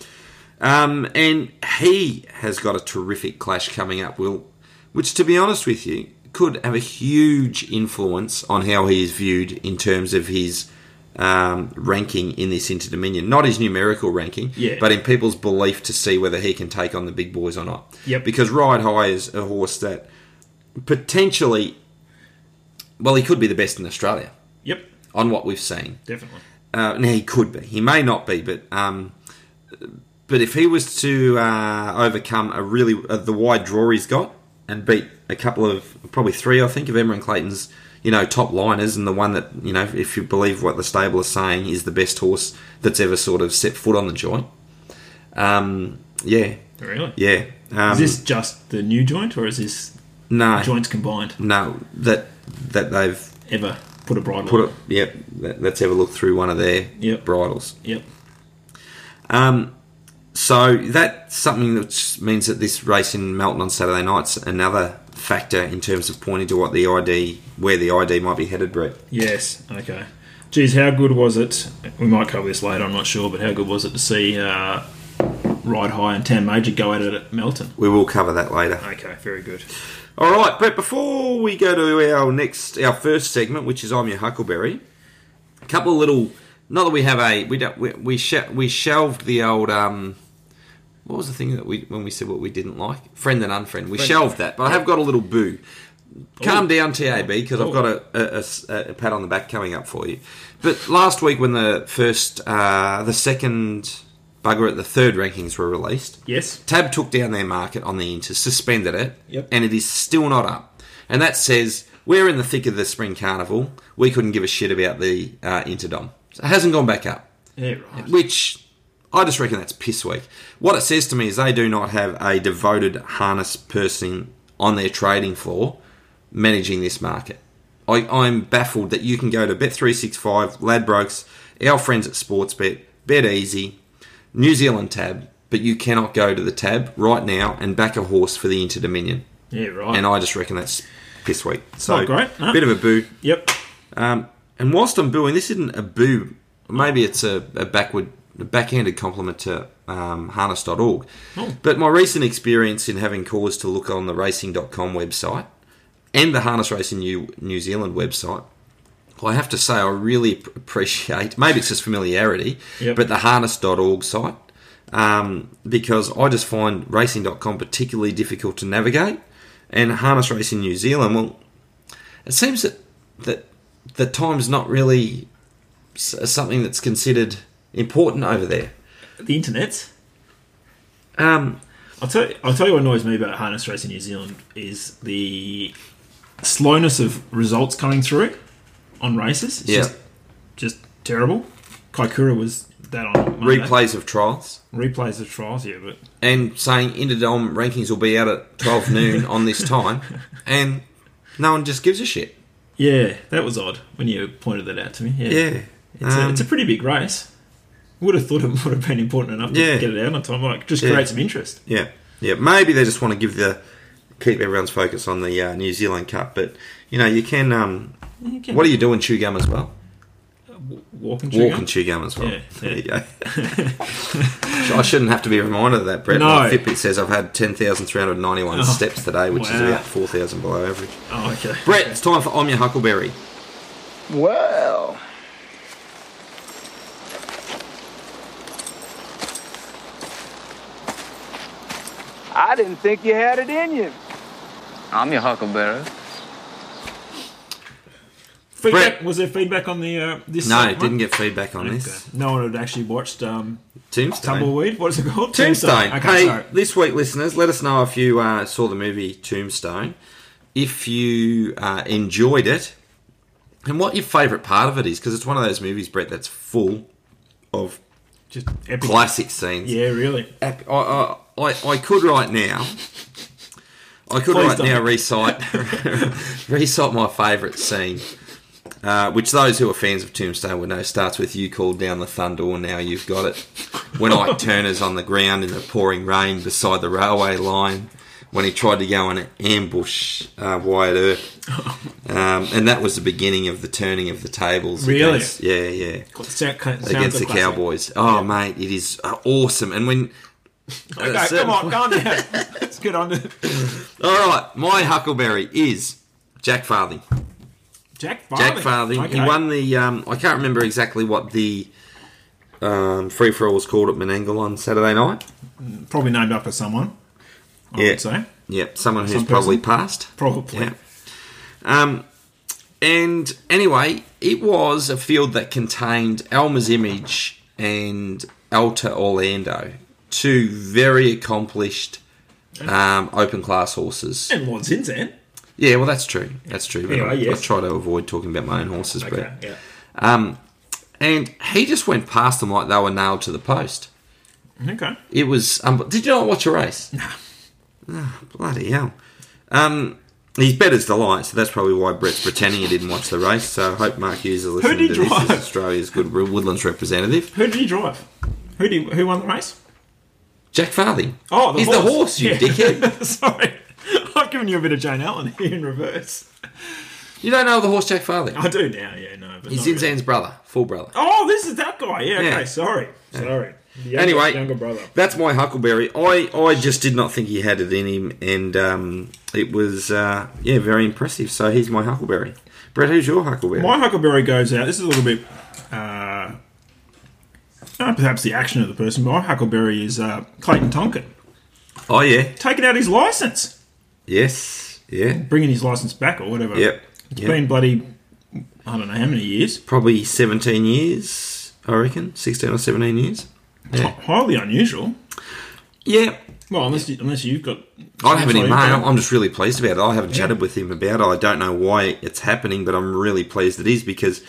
Speaker 2: Um, and he has got a terrific clash coming up, Will, which, to be honest with you, could have a huge influence on how he is viewed in terms of his um, ranking in this Inter Dominion. Not his numerical ranking,
Speaker 1: Yeah.
Speaker 2: but in people's belief to see whether he can take on the big boys or not.
Speaker 1: Yep.
Speaker 2: Because Ride High is a horse that potentially, well, he could be the best in Australia
Speaker 1: Yep.
Speaker 2: on what we've seen.
Speaker 1: Definitely.
Speaker 2: Uh, now he could be. He may not be, but um, but if he was to uh, overcome a really uh, the wide draw he's got and beat a couple of probably three, I think, of Emma and Clayton's you know top liners and the one that you know if you believe what the stable is saying is the best horse that's ever sort of set foot on the joint. Um, yeah,
Speaker 1: Really.
Speaker 2: yeah. Um,
Speaker 1: Is this just the new joint, or is this
Speaker 2: no,
Speaker 1: joints combined?
Speaker 2: no that that they've
Speaker 1: Ever put a bridle?
Speaker 2: put
Speaker 1: on
Speaker 2: it. Yep, that, that's ever looked through one of their
Speaker 1: Yep.
Speaker 2: bridles.
Speaker 1: Yep.
Speaker 2: Um, so that's something that means that this race in Melton on Saturday night's another factor in terms of pointing to what the ID, where the ID might be headed, Brett.
Speaker 1: Yes. Okay. Geez, how good was it? We might cover this later. I'm not sure, but how good was it to see uh, Ride High and Tan Major go at it at Melton?
Speaker 2: We will cover that later.
Speaker 1: Okay. Very good.
Speaker 2: All right, Brett. Before we go to our next, our first segment, which is I'm Your Huckleberry, a couple of little. Not that we have a we don't we we, sh- we shelved the old um. What was the thing that we when we said what we didn't like? Friend and unfriend. We shelved that, but I have got a little boo. Calm down, TAB, because I've got a- a, a s- a pat on the back coming up for you. But last week, when the first, uh, the second bugger at the third rankings were released,
Speaker 1: Yes.
Speaker 2: Tab took down their market on the Inter, suspended it,
Speaker 1: Yep.
Speaker 2: and it is still not up. And that says we're in the thick of the spring carnival. We couldn't give a shit about the uh, Interdom. So it hasn't gone back up,
Speaker 1: Yeah. Right.
Speaker 2: which I just reckon that's piss weak. What it says to me is they do not have a devoted harness person on their trading floor managing this market. I, I'm baffled that you can go to Bet365, Ladbrokes, our friends at Sportsbet, Bet Easy, New Zealand tab, but you cannot go to the tab right now and back a horse for the Inter Dominion.
Speaker 1: Yeah. Right.
Speaker 2: And I just reckon that's piss weak. So
Speaker 1: Not great, no.
Speaker 2: bit of a boo.
Speaker 1: yep.
Speaker 2: Um, and whilst I'm booing, this isn't a boo. Maybe it's a, a backward, a backhanded compliment to um, harness.org.
Speaker 1: Oh.
Speaker 2: But my recent experience in having cause to look on the racing.com website and the Harness Racing New, New Zealand website Well, I have to say, I really p- appreciate, maybe it's just familiarity,
Speaker 1: Yep.
Speaker 2: but the harness.org site, um, because I just find racing.com particularly difficult to navigate. And harness racing New Zealand, well, it seems that, that the time's not really s- uh, something that's considered important over there.
Speaker 1: The internet.
Speaker 2: Um,
Speaker 1: I'll tell you, I'll tell you what annoys me about harness racing in New Zealand is the slowness of results coming through on races. It's
Speaker 2: yeah,
Speaker 1: just, just terrible. Kaikoura was that on Monday.
Speaker 2: replays of trials.
Speaker 1: replays of trials. Yeah, but
Speaker 2: and saying Interdome rankings will be out at 12 noon on this time, and no one just gives a shit.
Speaker 1: yeah, that was odd when you pointed that out to me. Yeah,
Speaker 2: Yeah.
Speaker 1: It's, a,
Speaker 2: Um,
Speaker 1: it's a pretty big race. Would have thought it would have been important enough to
Speaker 2: Yeah.
Speaker 1: get it out on time. Like, just
Speaker 2: Yeah.
Speaker 1: create some interest.
Speaker 2: yeah. Yeah. Maybe they just want to give the keep everyone's focus on the uh, New Zealand Cup, but you know, you can. Um, what do you do and chew gum as well?
Speaker 1: Walk and chew
Speaker 2: Walk
Speaker 1: gum?
Speaker 2: and chew gum as well.
Speaker 1: Yeah,
Speaker 2: There
Speaker 1: yeah.
Speaker 2: you go. I shouldn't have to be reminded of that, Brett.
Speaker 1: No.
Speaker 2: My Fitbit says I've had 10,391
Speaker 1: Oh,
Speaker 2: steps today, which is
Speaker 1: wow.
Speaker 2: about 4,000 below average.
Speaker 1: Oh, okay.
Speaker 2: Brett, it's time for I'm Your Huckleberry.
Speaker 3: Well, I didn't think you had it in you.
Speaker 4: I'm your huckleberry.
Speaker 1: Feedback,
Speaker 2: Brett.
Speaker 1: was there feedback on the uh, this?
Speaker 2: No,
Speaker 1: segment?
Speaker 2: didn't get feedback on
Speaker 1: Okay.
Speaker 2: this.
Speaker 1: No one had actually watched um,
Speaker 2: Tombstone.
Speaker 1: Tumbleweed. What is it called?
Speaker 2: Tombstone.
Speaker 1: Okay,
Speaker 2: hey,
Speaker 1: sorry.
Speaker 2: this week, listeners, let us know if you uh, saw the movie Tombstone, if you uh, enjoyed it, and what your favourite part of it is, because it's one of those movies, Brett, that's full of
Speaker 1: Just epic.
Speaker 2: classic scenes.
Speaker 1: Yeah, really.
Speaker 2: Ep- I, I, I, I could right now. I could
Speaker 1: Please
Speaker 2: right
Speaker 1: don't.
Speaker 2: now recite recite my favourite scene, uh, which those who are fans of Tombstone would know starts with "You called down the thunder, and now you've got it." When Ike Turner's on the ground in the pouring rain beside the railway line, when he tried to go and ambush uh, Wyatt Earp, um, and that was the beginning of the turning of the tables.
Speaker 1: Really?
Speaker 2: against- yeah, yeah
Speaker 1: Sound, sounds
Speaker 2: against
Speaker 1: a
Speaker 2: the
Speaker 1: classic.
Speaker 2: Cowboys. Oh, mate, it is uh, awesome. And when. uh,
Speaker 1: Okay, come on, calm down. Let's get on to
Speaker 2: All right, my Huckleberry is Jack Farthing.
Speaker 1: Jack Farthing.
Speaker 2: Jack Farthing.
Speaker 1: Okay.
Speaker 2: He won the. Um, I can't remember exactly what the um, free for all was called at Menangle on Saturday night.
Speaker 1: Probably named after someone. I
Speaker 2: Yeah.
Speaker 1: would say
Speaker 2: Yep, someone who's
Speaker 1: Some
Speaker 2: probably
Speaker 1: person.
Speaker 2: passed.
Speaker 1: probably.
Speaker 2: Yeah. Um, and anyway, it was a field that contained Alma's Image and Alta Orlando, two very accomplished um, open class horses.
Speaker 1: And Lord Zinzan.
Speaker 2: Yeah, well, that's true. That's true. But
Speaker 1: Anyway,
Speaker 2: I, I
Speaker 1: yes.
Speaker 2: try to avoid talking about my own horses,
Speaker 1: Okay.
Speaker 2: Brett.
Speaker 1: Yeah.
Speaker 2: Um, and he just went past them like they were nailed to the post.
Speaker 1: Okay.
Speaker 2: It was. Um, did you not watch a race? No. bloody hell. Um, he's better's delight, so that's probably why Brett's pretending he didn't watch the race. So I hope Mark Hughes is listening
Speaker 1: did
Speaker 2: to this
Speaker 1: drive?
Speaker 2: as Australia's good re- Woodlands representative.
Speaker 1: Who did he drive? Who did, who won the race?
Speaker 2: Jack Farthing.
Speaker 1: Oh, the
Speaker 2: he's
Speaker 1: horse.
Speaker 2: the horse, you
Speaker 1: Yeah.
Speaker 2: dickhead.
Speaker 1: Sorry, I've given you a bit of Jane Allen here in reverse.
Speaker 2: You don't know the horse, Jack Farthing.
Speaker 1: I do now. Yeah, no. But
Speaker 2: He's
Speaker 1: Oh, not really.
Speaker 2: Zinzan's brother, full brother.
Speaker 1: Oh, this is that guy. Yeah.
Speaker 2: Yeah.
Speaker 1: Okay. Sorry. Sorry. The younger-
Speaker 2: Anyway,
Speaker 1: younger brother.
Speaker 2: That's my Huckleberry. I, I just did not think he had it in him, and um, it was uh, yeah very impressive. So he's my Huckleberry. Brett, who's your Huckleberry?
Speaker 1: My Huckleberry goes out. This is a little bit, uh, not perhaps the action of the person, but my Huckleberry is uh, Clayton Tonkin
Speaker 2: oh yeah,
Speaker 1: taking out his license,
Speaker 2: yes, yeah,
Speaker 1: bringing his license back or whatever.
Speaker 2: yep.
Speaker 1: It's
Speaker 2: yep.
Speaker 1: been bloody, I don't know how many years.
Speaker 2: probably 17 years, I reckon. 16 or 17 years. Yeah.
Speaker 1: Highly unusual.
Speaker 2: Yeah.
Speaker 1: Well, unless you, unless you've got.
Speaker 2: I haven't in
Speaker 1: Sorry,
Speaker 2: mind.
Speaker 1: but-
Speaker 2: I'm just really pleased about it. I haven't chatted with him about it. I don't know why it's happening, but I'm really pleased it is because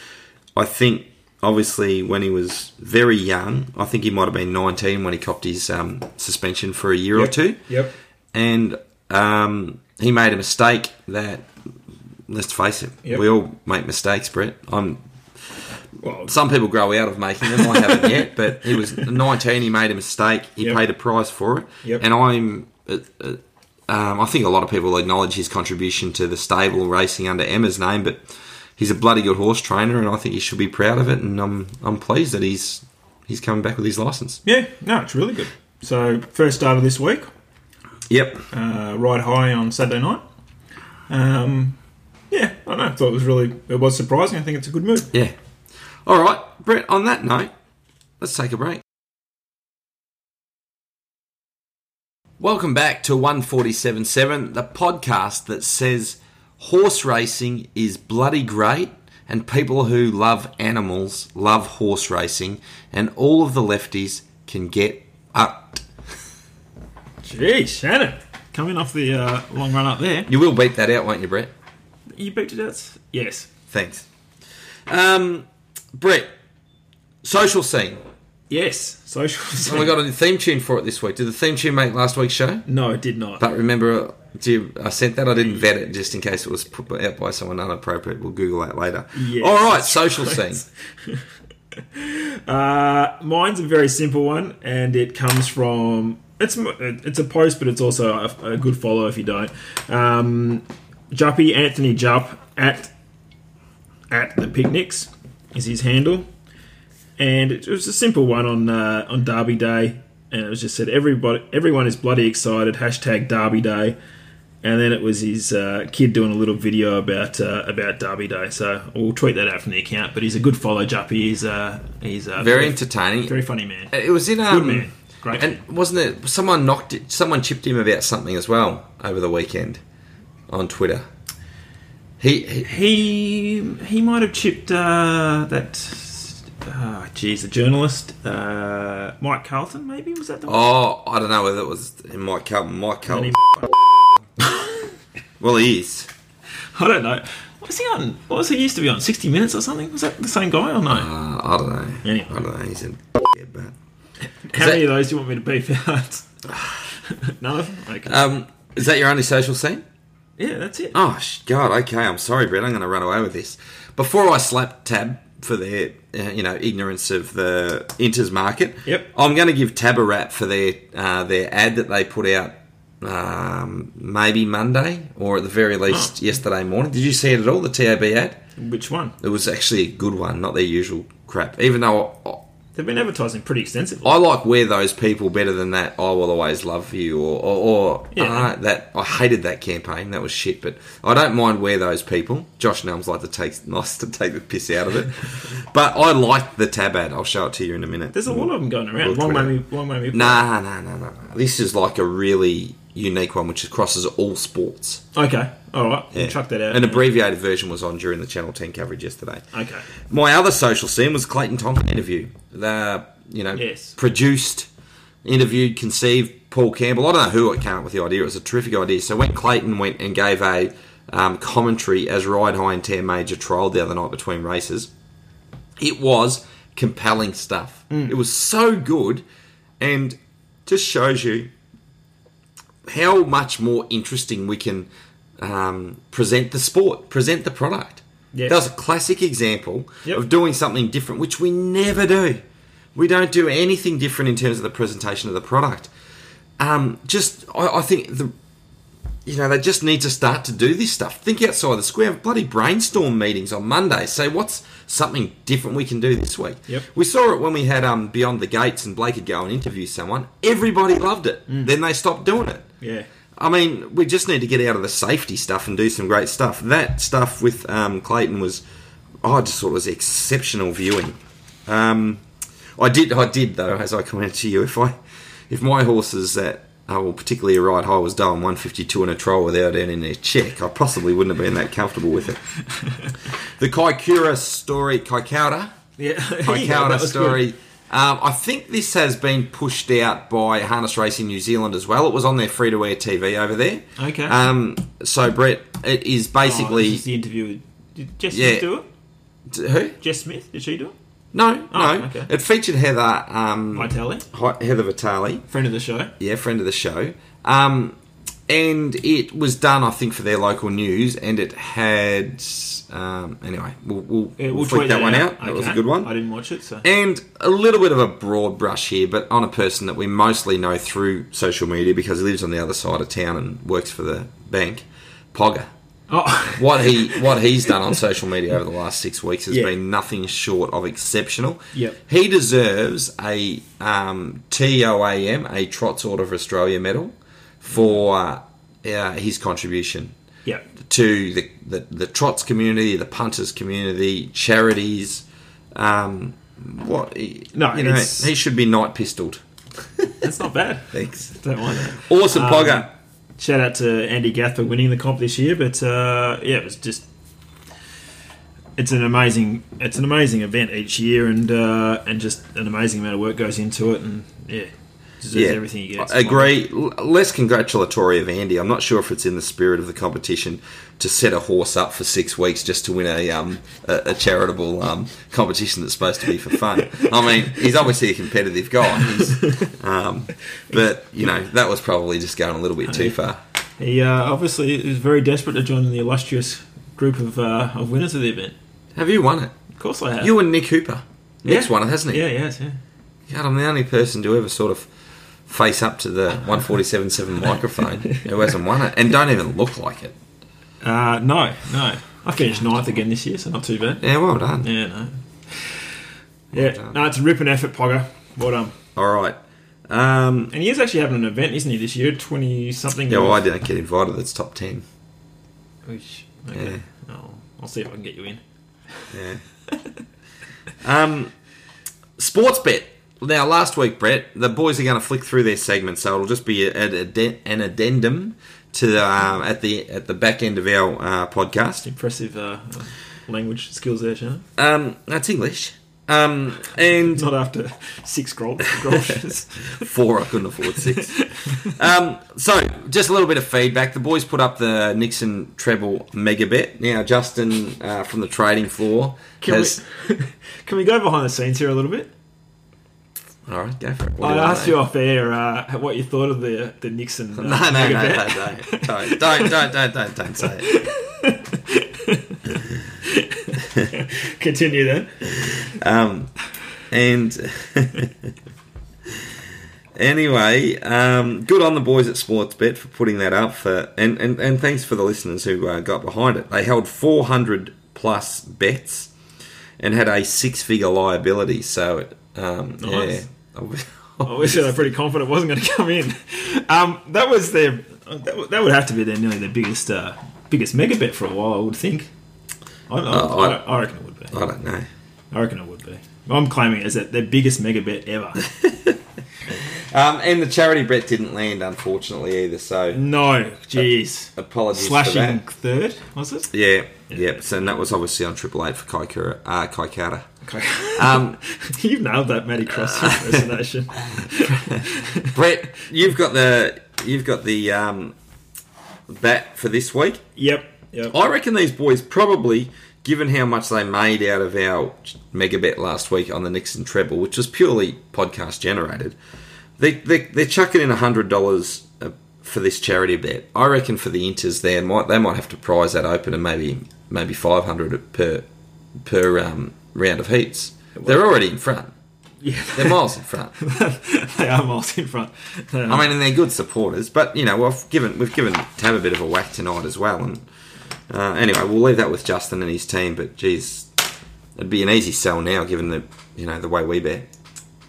Speaker 2: I think, obviously, when he was very young, I think he might have been 19 when he copped his um, suspension for a year or two.
Speaker 1: Yep.
Speaker 2: and um, he made a mistake that let's face it
Speaker 1: Yep.
Speaker 2: we all make mistakes brett i'm
Speaker 1: Well,
Speaker 2: some people grow out of making them i haven't yet but he was 19 he made a mistake he
Speaker 1: Yep.
Speaker 2: paid a price for it
Speaker 1: Yep.
Speaker 2: and i'm uh, uh, um, i think a lot of people acknowledge his contribution to the stable racing under emma's name but he's a bloody good horse trainer and i think he should be proud of it and i'm, I'm pleased that he's he's coming back with his license
Speaker 1: yeah. No, it's really good. So first start of this week.
Speaker 2: yep
Speaker 1: uh, ride high on Saturday night. Um, Yeah, I don't know. I thought it was really it was surprising. I think it's a good move.
Speaker 2: Yeah. All right, Brett, on that note, let's take a break. Welcome back to 147.7, the podcast that says horse racing is bloody great and people who love animals love horse racing and all of the lefties can get upped.
Speaker 1: Gee, Shannon, coming off the uh, long run up there,
Speaker 2: You will beat that out, won't you, Brett?
Speaker 1: you beat it out. Yes.
Speaker 2: Thanks. Um, Brett, social scene.
Speaker 1: Yes. Social.
Speaker 2: And we got a theme tune for it this week. Did the theme tune make last week's show?
Speaker 1: No, it did not.
Speaker 2: But remember, do you, I sent that. I didn't vet it just in case it was put out by someone inappropriate. We'll Google that later.
Speaker 1: Yes.
Speaker 2: All right, social scene.
Speaker 1: Uh, mine's a very simple one, and it comes from it's it's a post, but it's also a, a good follow if you don't. Um, Juppy Anthony Jupp at at the picnics is his handle, and it was a simple one on uh, on Derby Day, and it was just said everybody everyone is bloody excited hashtag Derby Day. And then it was his uh, kid doing a little video about uh, about Derby Day, so we'll tweet that out from the account. But he's a good follow, Juppy. He's uh, he's uh,
Speaker 2: Very entertaining.
Speaker 1: very funny man.
Speaker 2: It was in
Speaker 1: Good
Speaker 2: um,
Speaker 1: man. Great.
Speaker 2: and wasn't it? Someone knocked it. Someone chipped him about something as well over the weekend on Twitter. He, he
Speaker 1: he he might have chipped uh, that. Oh, geez, the journalist uh, Mike Carlton, maybe was that the one?
Speaker 2: oh, I don't know whether it was Mike Carlton. Mike
Speaker 1: And he-
Speaker 2: Carlton. Well, he is.
Speaker 1: I don't know. What was he on? What was he used to be on? Sixty Minutes or something? Was that the same guy or no?
Speaker 2: Uh, I don't know.
Speaker 1: Anyway.
Speaker 2: I don't know. He's a but.
Speaker 1: How
Speaker 2: is
Speaker 1: many
Speaker 2: that-
Speaker 1: of those do you want me to beef out? None of them. Okay.
Speaker 2: Um, is that your only social scene?
Speaker 1: yeah, that's it.
Speaker 2: Oh sh- God, okay. I'm sorry, Brett. I'm going to run away with this. Before I slap Tab for their, uh, you know, ignorance of the Inter's market.
Speaker 1: Yep.
Speaker 2: I'm going to give Tab a rap for their uh, their ad that they put out. Um, maybe Monday or at the very least yesterday morning. Did you see it at all? The TAB ad.
Speaker 1: Which one?
Speaker 2: It was actually a good one, not their usual crap. Even though uh, I,
Speaker 1: They've been advertising pretty extensively.
Speaker 2: I like where those people better than that. I will always love you, or or, or
Speaker 1: Yeah.
Speaker 2: "Ah, that. I hated that campaign. That was shit. But I don't mind where those people. Josh Nelms like to take nice to take the piss out of it, but I like the tab ad. I'll show it to you in a minute.
Speaker 1: There's a lot of them going around.
Speaker 2: We'll
Speaker 1: Long
Speaker 2: tweet
Speaker 1: way,
Speaker 2: it.
Speaker 1: me- long way. me-
Speaker 2: Nah, nah, nah, nah. nah. This is like a really unique one, which crosses all sports.
Speaker 1: Okay. All right.
Speaker 2: Yeah.
Speaker 1: We'll chuck that out.
Speaker 2: An abbreviated version was on during the Channel Ten coverage yesterday.
Speaker 1: Okay.
Speaker 2: My other social scene was Clayton Thompson interview. The you know
Speaker 1: Yes.
Speaker 2: produced, interviewed, conceived Paul Campbell. I don't know who it came up with the idea. It was a terrific idea. So when Clayton went and gave a um, commentary as Ride High and Tear Major trialled the other night between races, it was compelling stuff.
Speaker 1: Mm.
Speaker 2: It was so good, and just shows you how much more interesting we can um, present the sport, present the product.
Speaker 1: Yes.
Speaker 2: That was a classic example
Speaker 1: Yep.
Speaker 2: of doing something different, which we never do. We don't do anything different in terms of the presentation of the product. Um, just, I, I think the, you know, they just need to start to do this stuff. Think outside the square. Have bloody brainstorm meetings on Monday. Say what's something different we can do this week.
Speaker 1: Yep.
Speaker 2: We saw it when we had um, Beyond the Gates and Blake would go and interview someone. Everybody loved it. Then they stopped doing it.
Speaker 1: Yeah.
Speaker 2: I mean, we just need to get out of the safety stuff and do some great stuff. That stuff with um, Clayton was, I just thought it was exceptional viewing. Um, I did, I did though, as I commented to you, if I, if my horses that, oh, well, particularly a right high was down 152 in a trial without earning their check, I possibly wouldn't have been that comfortable with it. the Kaikura story, Kaikaura,
Speaker 1: Yeah.
Speaker 2: Pike
Speaker 1: Yeah, that was
Speaker 2: story.
Speaker 1: good.
Speaker 2: Um, I think this has been pushed out by Harness Racing New Zealand as well. It was on their free to air TV over there.
Speaker 1: Okay.
Speaker 2: Um, so Brett, it is
Speaker 1: Oh,
Speaker 2: basically
Speaker 1: this is the interview. with- Did Jess
Speaker 2: Yeah.
Speaker 1: Smith do it?
Speaker 2: who?
Speaker 1: Jess Smith? Did she do it?
Speaker 2: No,
Speaker 1: Oh,
Speaker 2: no.
Speaker 1: okay.
Speaker 2: It featured Heather, um,
Speaker 1: My tally.
Speaker 2: Hi- Heather Vitale,
Speaker 1: Friend of the show.
Speaker 2: yeah, friend of the show. Um, and it was done, I think, for their local news, and it had. Um, anyway, we'll, we'll,
Speaker 1: Yeah,
Speaker 2: we'll
Speaker 1: we'll
Speaker 2: flick
Speaker 1: tweet
Speaker 2: that, one out. That was a
Speaker 1: Okay.
Speaker 2: good one. Eh.
Speaker 1: I didn't watch it, so.
Speaker 2: And a little bit of a broad brush here, but on a person that we mostly know through social media because he lives on the other side of town and works for the bank, Pogger.
Speaker 1: oh,
Speaker 2: What he what he's done on social media over the last six weeks has
Speaker 1: Yeah.
Speaker 2: been nothing short of exceptional.
Speaker 1: Yep.
Speaker 2: He deserves a um, TOAM, a Trots Order of Australia medal, for uh, his contribution
Speaker 1: yeah.
Speaker 2: to the, the, the trots community, the punters community, charities. Um, what he-
Speaker 1: No,
Speaker 2: you know,
Speaker 1: it's-
Speaker 2: he should be night pistoled.
Speaker 1: That's not bad.
Speaker 2: Thanks.
Speaker 1: Don't mind that.
Speaker 2: Awesome
Speaker 1: Um,
Speaker 2: pogger.
Speaker 1: Shout out to Andy Gath for winning the comp this year, but uh, yeah, it was just it's an amazing it's an amazing event each year, and uh, and just an amazing amount of work goes into it, and yeah, deserves everything you get.
Speaker 2: I agree. L- Less congratulatory of Andy. I'm not sure if it's in the spirit of the competition to set a horse up for six weeks just to win a um, a, a charitable um, competition that's supposed to be for fun. I mean, he's obviously a competitive guy, He's, um, but you know that was probably just going a little bit too far.
Speaker 1: He uh, obviously is very desperate to join the illustrious group of uh, of winners of the event.
Speaker 2: Have you won it?
Speaker 1: Of course, I have.
Speaker 2: You and Nick Hooper. Nick's
Speaker 1: Yeah.
Speaker 2: won it, hasn't he?
Speaker 1: yeah, yes, yeah.
Speaker 2: God, I'm the only person to ever sort of face up to the 147.7 microphone who hasn't won it and don't even look like it.
Speaker 1: Uh, no, no. I finished ninth again this year, so not too bad.
Speaker 2: Yeah, well done.
Speaker 1: Yeah, no. Yeah,
Speaker 2: done.
Speaker 1: no, it's a ripping effort, Pogger. Well done.
Speaker 2: All right. Um,
Speaker 1: And he is actually having an event, isn't he, this year? 20 something.
Speaker 2: Yeah, well, I didn't get invited. That's top ten.
Speaker 1: Oosh. Okay.
Speaker 2: Yeah.
Speaker 1: I'll- I'll see if I can get you in.
Speaker 2: Yeah. um, sports bet. Now, last week, Brett, the boys are going to flick through their segments, so it'll just be a, a, de- an addendum to um, at the at the back end of our uh, podcast.
Speaker 1: Impressive uh, uh, language skills there, Shannon.
Speaker 2: Um, that's English. Um, and
Speaker 1: Not after six grol- grolshes.
Speaker 2: four. I couldn't afford six. um, so, just a little bit of feedback. The boys put up the Nixon treble mega bet. Now, Justin uh, from the trading floor
Speaker 1: Can,
Speaker 2: has.
Speaker 1: we, can we go behind the scenes here a little bit?
Speaker 2: All right, go for it. What
Speaker 1: I
Speaker 2: do
Speaker 1: asked
Speaker 2: say?
Speaker 1: you off air uh, what you thought of the the Nixon. Uh,
Speaker 2: No, no,
Speaker 1: mega
Speaker 2: no,
Speaker 1: bet.
Speaker 2: no, no, don't, don't, don't, don't, don't, don't say it.
Speaker 1: Continue then.
Speaker 2: Um, and anyway, um, good on the boys at Sportsbet for putting that up for, and and, and thanks for the listeners who uh, got behind it. They held four hundred plus bets and had a six figure liability. So, it, um,
Speaker 1: Nice.
Speaker 2: yeah,
Speaker 1: I wish I was pretty confident it wasn't going to come in. Um, that was their. That, would- that would have to be their nearly their biggest uh, biggest mega bet for a while. I would think. I, I,
Speaker 2: Uh, I-
Speaker 1: I, I reckon it would be.
Speaker 2: I don't know.
Speaker 1: I reckon it would be. I'm claiming it as that their biggest mega bet ever.
Speaker 2: Um, and the charity bet didn't land, unfortunately, either. So,
Speaker 1: no, jeez.
Speaker 2: apologies for
Speaker 1: Slashing
Speaker 2: that.
Speaker 1: third was it?
Speaker 2: Yeah, yep. So and that was obviously on Triple Eight for Kaikura, uh, Kaikata.
Speaker 1: Okay.
Speaker 2: Um,
Speaker 1: You've nailed that Matty Cross impersonation.
Speaker 2: Brett, you've got the you've got the um, bat for this week.
Speaker 1: yep. Yep.
Speaker 2: I reckon these boys probably, given how much they made out of our mega bet last week on the Nixon treble, which was purely podcast generated, they, they they're chucking in hundred dollars uh, for this charity bet. I reckon for the inters there might they might have to prize that open and maybe maybe five hundred per per um, round of heats. They're already in front.
Speaker 1: Yeah.
Speaker 2: They're miles in front.
Speaker 1: they are miles in front. They are.
Speaker 2: I mean, and they're good supporters, but you know, we've given we've given Tab a bit of a whack tonight as well. And uh, anyway, we'll leave that with Justin and his team. But geez, it'd be an easy sell now, given the you know the way we bet.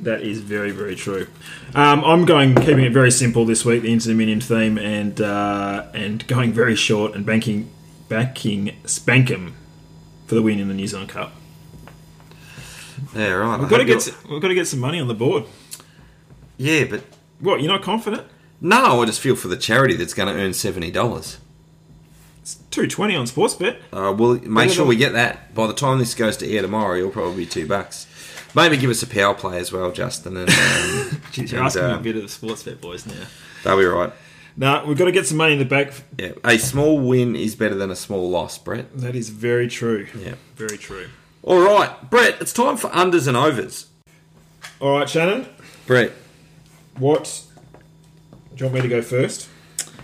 Speaker 1: That is very, very true. Um, I'm going keeping it very simple this week, the Interdominion theme, and uh, and going very short and banking backing Spankum for the win in the New Zealand Cup.
Speaker 2: Yeah, right.
Speaker 1: We've got to get s we've got to get some money on the board.
Speaker 2: yeah, but
Speaker 1: What you're not confident?
Speaker 2: no, I just feel for the charity that's going to earn seventy dollars.
Speaker 1: It's two twenty on Sportsbet.
Speaker 2: Uh, we'll make
Speaker 1: Better
Speaker 2: sure
Speaker 1: than-
Speaker 2: we get that. By the time this goes to air tomorrow, you'll probably be two bucks. Maybe give us a power play as well, Justin, and um,
Speaker 1: Jeez, you're
Speaker 2: And,
Speaker 1: asking me
Speaker 2: uh,
Speaker 1: a bit of the Sportsbet boys now.
Speaker 2: they'll be right.
Speaker 1: No, we've got to get some money in the back.
Speaker 2: Yeah, a small win is better than a small loss, Brett.
Speaker 1: That is very true.
Speaker 2: Yeah.
Speaker 1: Very true.
Speaker 2: All right, Brett, it's time for unders and overs.
Speaker 1: All right, Shannon.
Speaker 2: Brett,
Speaker 1: What? Do you want me to go first?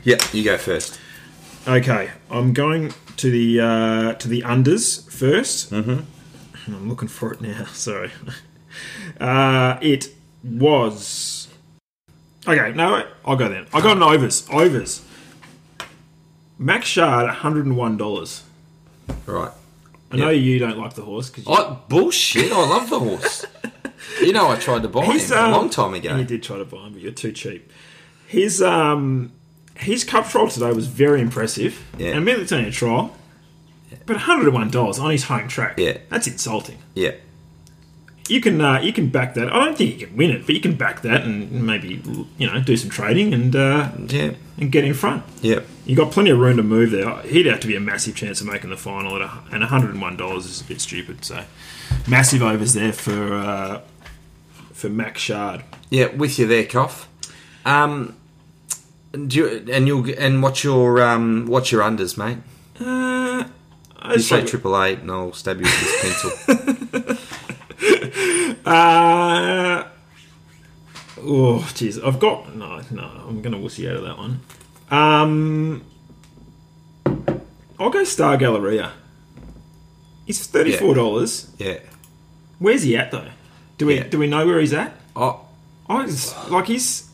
Speaker 2: yeah, you go first.
Speaker 1: Okay, I'm going to the uh, to the unders 1st Mm-hmm. I'm looking for it now. Sorry. Uh, it was. Okay, no, I'll go then. I got an overs. Overs. Max Shard, 101 dollars.
Speaker 2: Right.
Speaker 1: I know you don't like the horse because
Speaker 2: Oh, bullshit! I love the horse. you know, I um,
Speaker 1: um,
Speaker 2: tried to buy him a long time
Speaker 1: You
Speaker 2: ago.
Speaker 1: did try to buy him, but you're too cheap. His um, his cup trial today was very impressive.
Speaker 2: Yeah.
Speaker 1: And admittedly, it's only a trial, but one hundred and one dollars on his home track.
Speaker 2: Yeah.
Speaker 1: that's insulting.
Speaker 2: Yeah.
Speaker 1: You can uh, you can back that. I don't think you can win it, but you can back that and maybe you know do some trading and uh,
Speaker 2: Yeah.
Speaker 1: and get in front.
Speaker 2: Yeah.
Speaker 1: You got plenty of room to move there. He'd have to be a massive chance of making the final, at a, and one hundred and one dollars is a bit stupid. So, massive overs there for uh, for Max Shard.
Speaker 2: Yeah, with you there, Cough. Um, do you, and you'll and what's your um what's your unders, mate?
Speaker 1: Uh, I
Speaker 2: You say
Speaker 1: struggle-
Speaker 2: triple eight, and I'll stab you with this pencil.
Speaker 1: Uh, oh, jeez. I've got. No, no. I'm going to wussy out of that one. Um, I'll go Star Galleria. He's $34.
Speaker 2: Yeah.
Speaker 1: Where's he at, though? Do we
Speaker 2: Yeah.
Speaker 1: do we know where he's at?
Speaker 2: Oh,
Speaker 1: I was, like, he's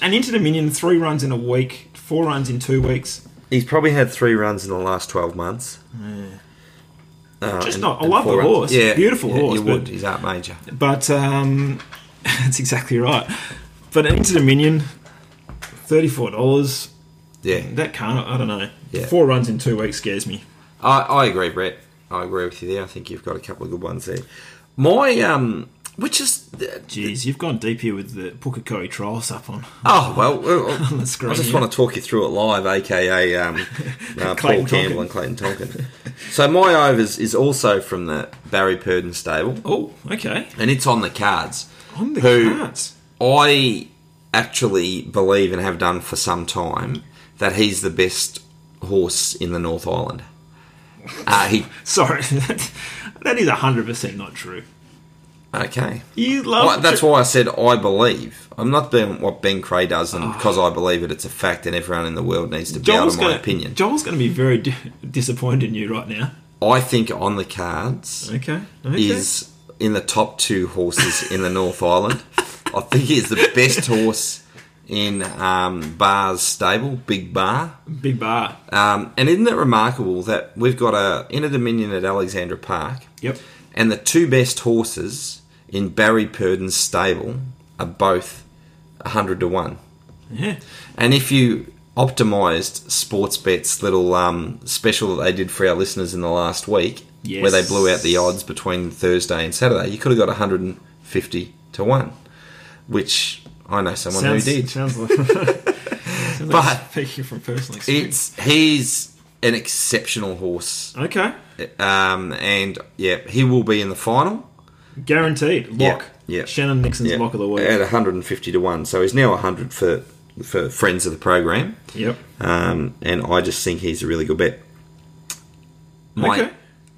Speaker 1: an Inter Dominion, three runs in a week, four runs in two weeks.
Speaker 2: he's probably had three runs in the last twelve months. Uh,
Speaker 1: Just not- I love
Speaker 2: four
Speaker 1: the
Speaker 2: runs.
Speaker 1: horse. Beautiful horse,
Speaker 2: You would.
Speaker 1: but-
Speaker 2: He's art major.
Speaker 1: But um, that's exactly right. But an Inter Dominion, $34.
Speaker 2: Yeah.
Speaker 1: That can't. I don't know.
Speaker 2: Yeah.
Speaker 1: Four runs in two weeks scares me.
Speaker 2: I, I agree, Brett. I agree with you there. I think you've got a couple of good ones there. My um, which is uh,
Speaker 1: Jeez, you've gone deep here with the Pukekohe trials up on.
Speaker 2: oh well. well,
Speaker 1: On the
Speaker 2: I
Speaker 1: screen,
Speaker 2: just
Speaker 1: yeah.
Speaker 2: want to talk you through it live, aka um, uh, Paul
Speaker 1: Clayton
Speaker 2: Campbell
Speaker 1: Tonkin.
Speaker 2: and Clayton Tonkin. so my overs is also from the Barry Purden stable,
Speaker 1: Oh, okay.
Speaker 2: and it's on the cards.
Speaker 1: On the
Speaker 2: Who-
Speaker 1: cards.
Speaker 2: I actually believe and have done for some time that he's the best horse in the North Island. Uh, he
Speaker 1: Sorry, that, that is hundred percent not true.
Speaker 2: okay.
Speaker 1: You love.
Speaker 2: Well, that's why I said I believe. I'm not doing what Ben Cray does,
Speaker 1: Ah.
Speaker 2: and because I believe it, it's a fact, and everyone in the world needs to be out of my
Speaker 1: gonna,
Speaker 2: opinion.
Speaker 1: Joel's going to be very di- disappointed in you right now.
Speaker 2: I think on the cards
Speaker 1: Okay. okay.
Speaker 2: is in the top two horses in the North Island. I think he's the best horse in um, Bar's stable, Big Bar.
Speaker 1: big bar.
Speaker 2: Um, and isn't it remarkable that we've got a Inner Dominion at Alexandra Park?
Speaker 1: Yep.
Speaker 2: And the two best horses in Barry Purden's stable are both 100 to 1.
Speaker 1: Yeah.
Speaker 2: And if you optimized sports bets little um, special that they did for our listeners in the last week,
Speaker 1: Yes.
Speaker 2: where they blew out the odds between Thursday and Saturday, you could have got 150 to 1, which I know someone
Speaker 1: Sounds,
Speaker 2: who did.
Speaker 1: sounds like. sounds like
Speaker 2: But-
Speaker 1: speaking from personal experience.
Speaker 2: It's he's an exceptional horse,
Speaker 1: Okay.
Speaker 2: um, and yeah, he will be in the final.
Speaker 1: Guaranteed. Lock.
Speaker 2: Yeah, yeah.
Speaker 1: Shannon Nixon's
Speaker 2: Yeah,
Speaker 1: lock of the week.
Speaker 2: at 150 to one, so he's now 100 for for friends of the program.
Speaker 1: Yep.
Speaker 2: Um, and I just think he's a really good bet. My,
Speaker 1: okay.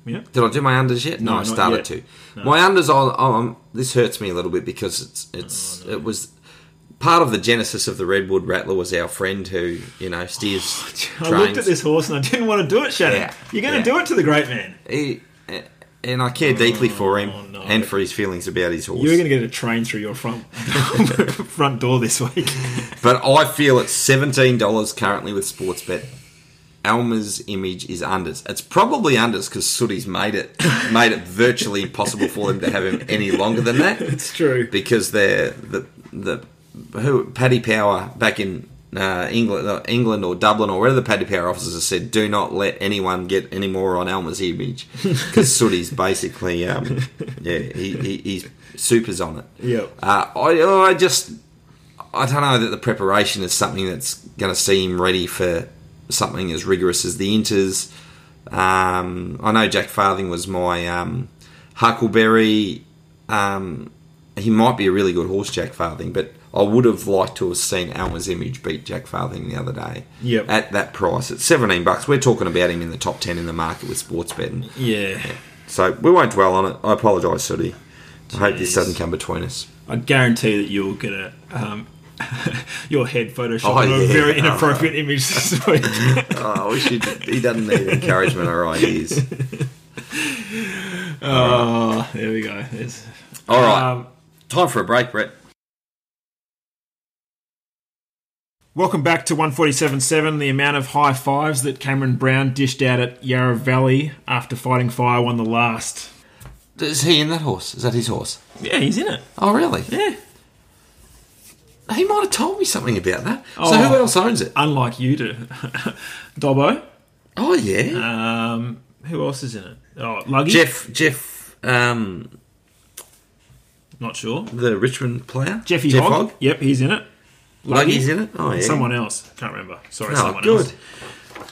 Speaker 1: Yep.
Speaker 2: Did I do my unders yet? No,
Speaker 1: No,
Speaker 2: I
Speaker 1: not
Speaker 2: started
Speaker 1: yet.
Speaker 2: to. My unders, on um, this hurts me a little bit because it's it's it was part of the genesis of the Redwood Rattler was our friend who you know steers
Speaker 1: I
Speaker 2: trains.
Speaker 1: looked at this horse and I didn't want to do it, Shannon.
Speaker 2: Yeah.
Speaker 1: You're going to
Speaker 2: Yeah.
Speaker 1: do it to the great man.
Speaker 2: He, and I care deeply for him
Speaker 1: Oh, no.
Speaker 2: and for his feelings about his horse.
Speaker 1: You're going to get a train through your front front door this week.
Speaker 2: But I feel it's seventeen dollars currently with Sportsbet. Alma's image is unders. It's probably unders because Sooty's made it made it virtually impossible for them to have him any longer than that.
Speaker 1: It's true.
Speaker 2: because they're the the who Paddy Power back in uh, England, uh, England or Dublin or wherever the Paddy Power officers have said, do not let anyone get any more on Alma's image because Sooty's basically um, yeah he, he he's supers on it.
Speaker 1: Yep.
Speaker 2: Uh, I I just I don't know that the preparation is something that's going to see him ready for something as rigorous as the Inters. Um, I know Jack Farthing was my um, Huckleberry. Um, he might be a really good horse, Jack Farthing, but I would have liked to have seen Alma's image beat Jack Farthing the other day.
Speaker 1: Yep.
Speaker 2: At that price, at seventeen bucks, we're talking about him in the top ten in the market with sports betting.
Speaker 1: Yeah.
Speaker 2: So we won't dwell on it. I apologise, Sooty. I hope this
Speaker 1: Jeez.
Speaker 2: doesn't come between us.
Speaker 1: I guarantee that you'll get a um, your head photoshopped
Speaker 2: Oh,
Speaker 1: on a
Speaker 2: yeah.
Speaker 1: very
Speaker 2: Oh.
Speaker 1: inappropriate image this week.
Speaker 2: Oh, I wish he, he doesn't need encouragement or ideas.
Speaker 1: oh, there we go. There's-
Speaker 2: All right,
Speaker 1: Um,
Speaker 2: time for a break, Brett.
Speaker 1: Welcome back to 147.7. The amount of high fives that Cameron Brown dished out at Yarra Valley after fighting fire won the last.
Speaker 2: Is he in that horse? Is that his horse?
Speaker 1: Yeah, he's in it.
Speaker 2: Oh, really?
Speaker 1: Yeah.
Speaker 2: He might have told me something about that. So
Speaker 1: Oh.
Speaker 2: who else owns it?
Speaker 1: Unlike you do, Dobbo.
Speaker 2: Oh yeah,
Speaker 1: Um, who else is in it? Oh, Luggy.
Speaker 2: Jeff Jeff, um,
Speaker 1: Not sure.
Speaker 2: the Richmond player,
Speaker 1: Jeffy
Speaker 2: Jeff
Speaker 1: Hogg. Yep, he's in it.
Speaker 2: Luggy's in it. Oh yeah,
Speaker 1: Someone else. Can't remember. Sorry,
Speaker 2: Oh
Speaker 1: someone
Speaker 2: good.
Speaker 1: else.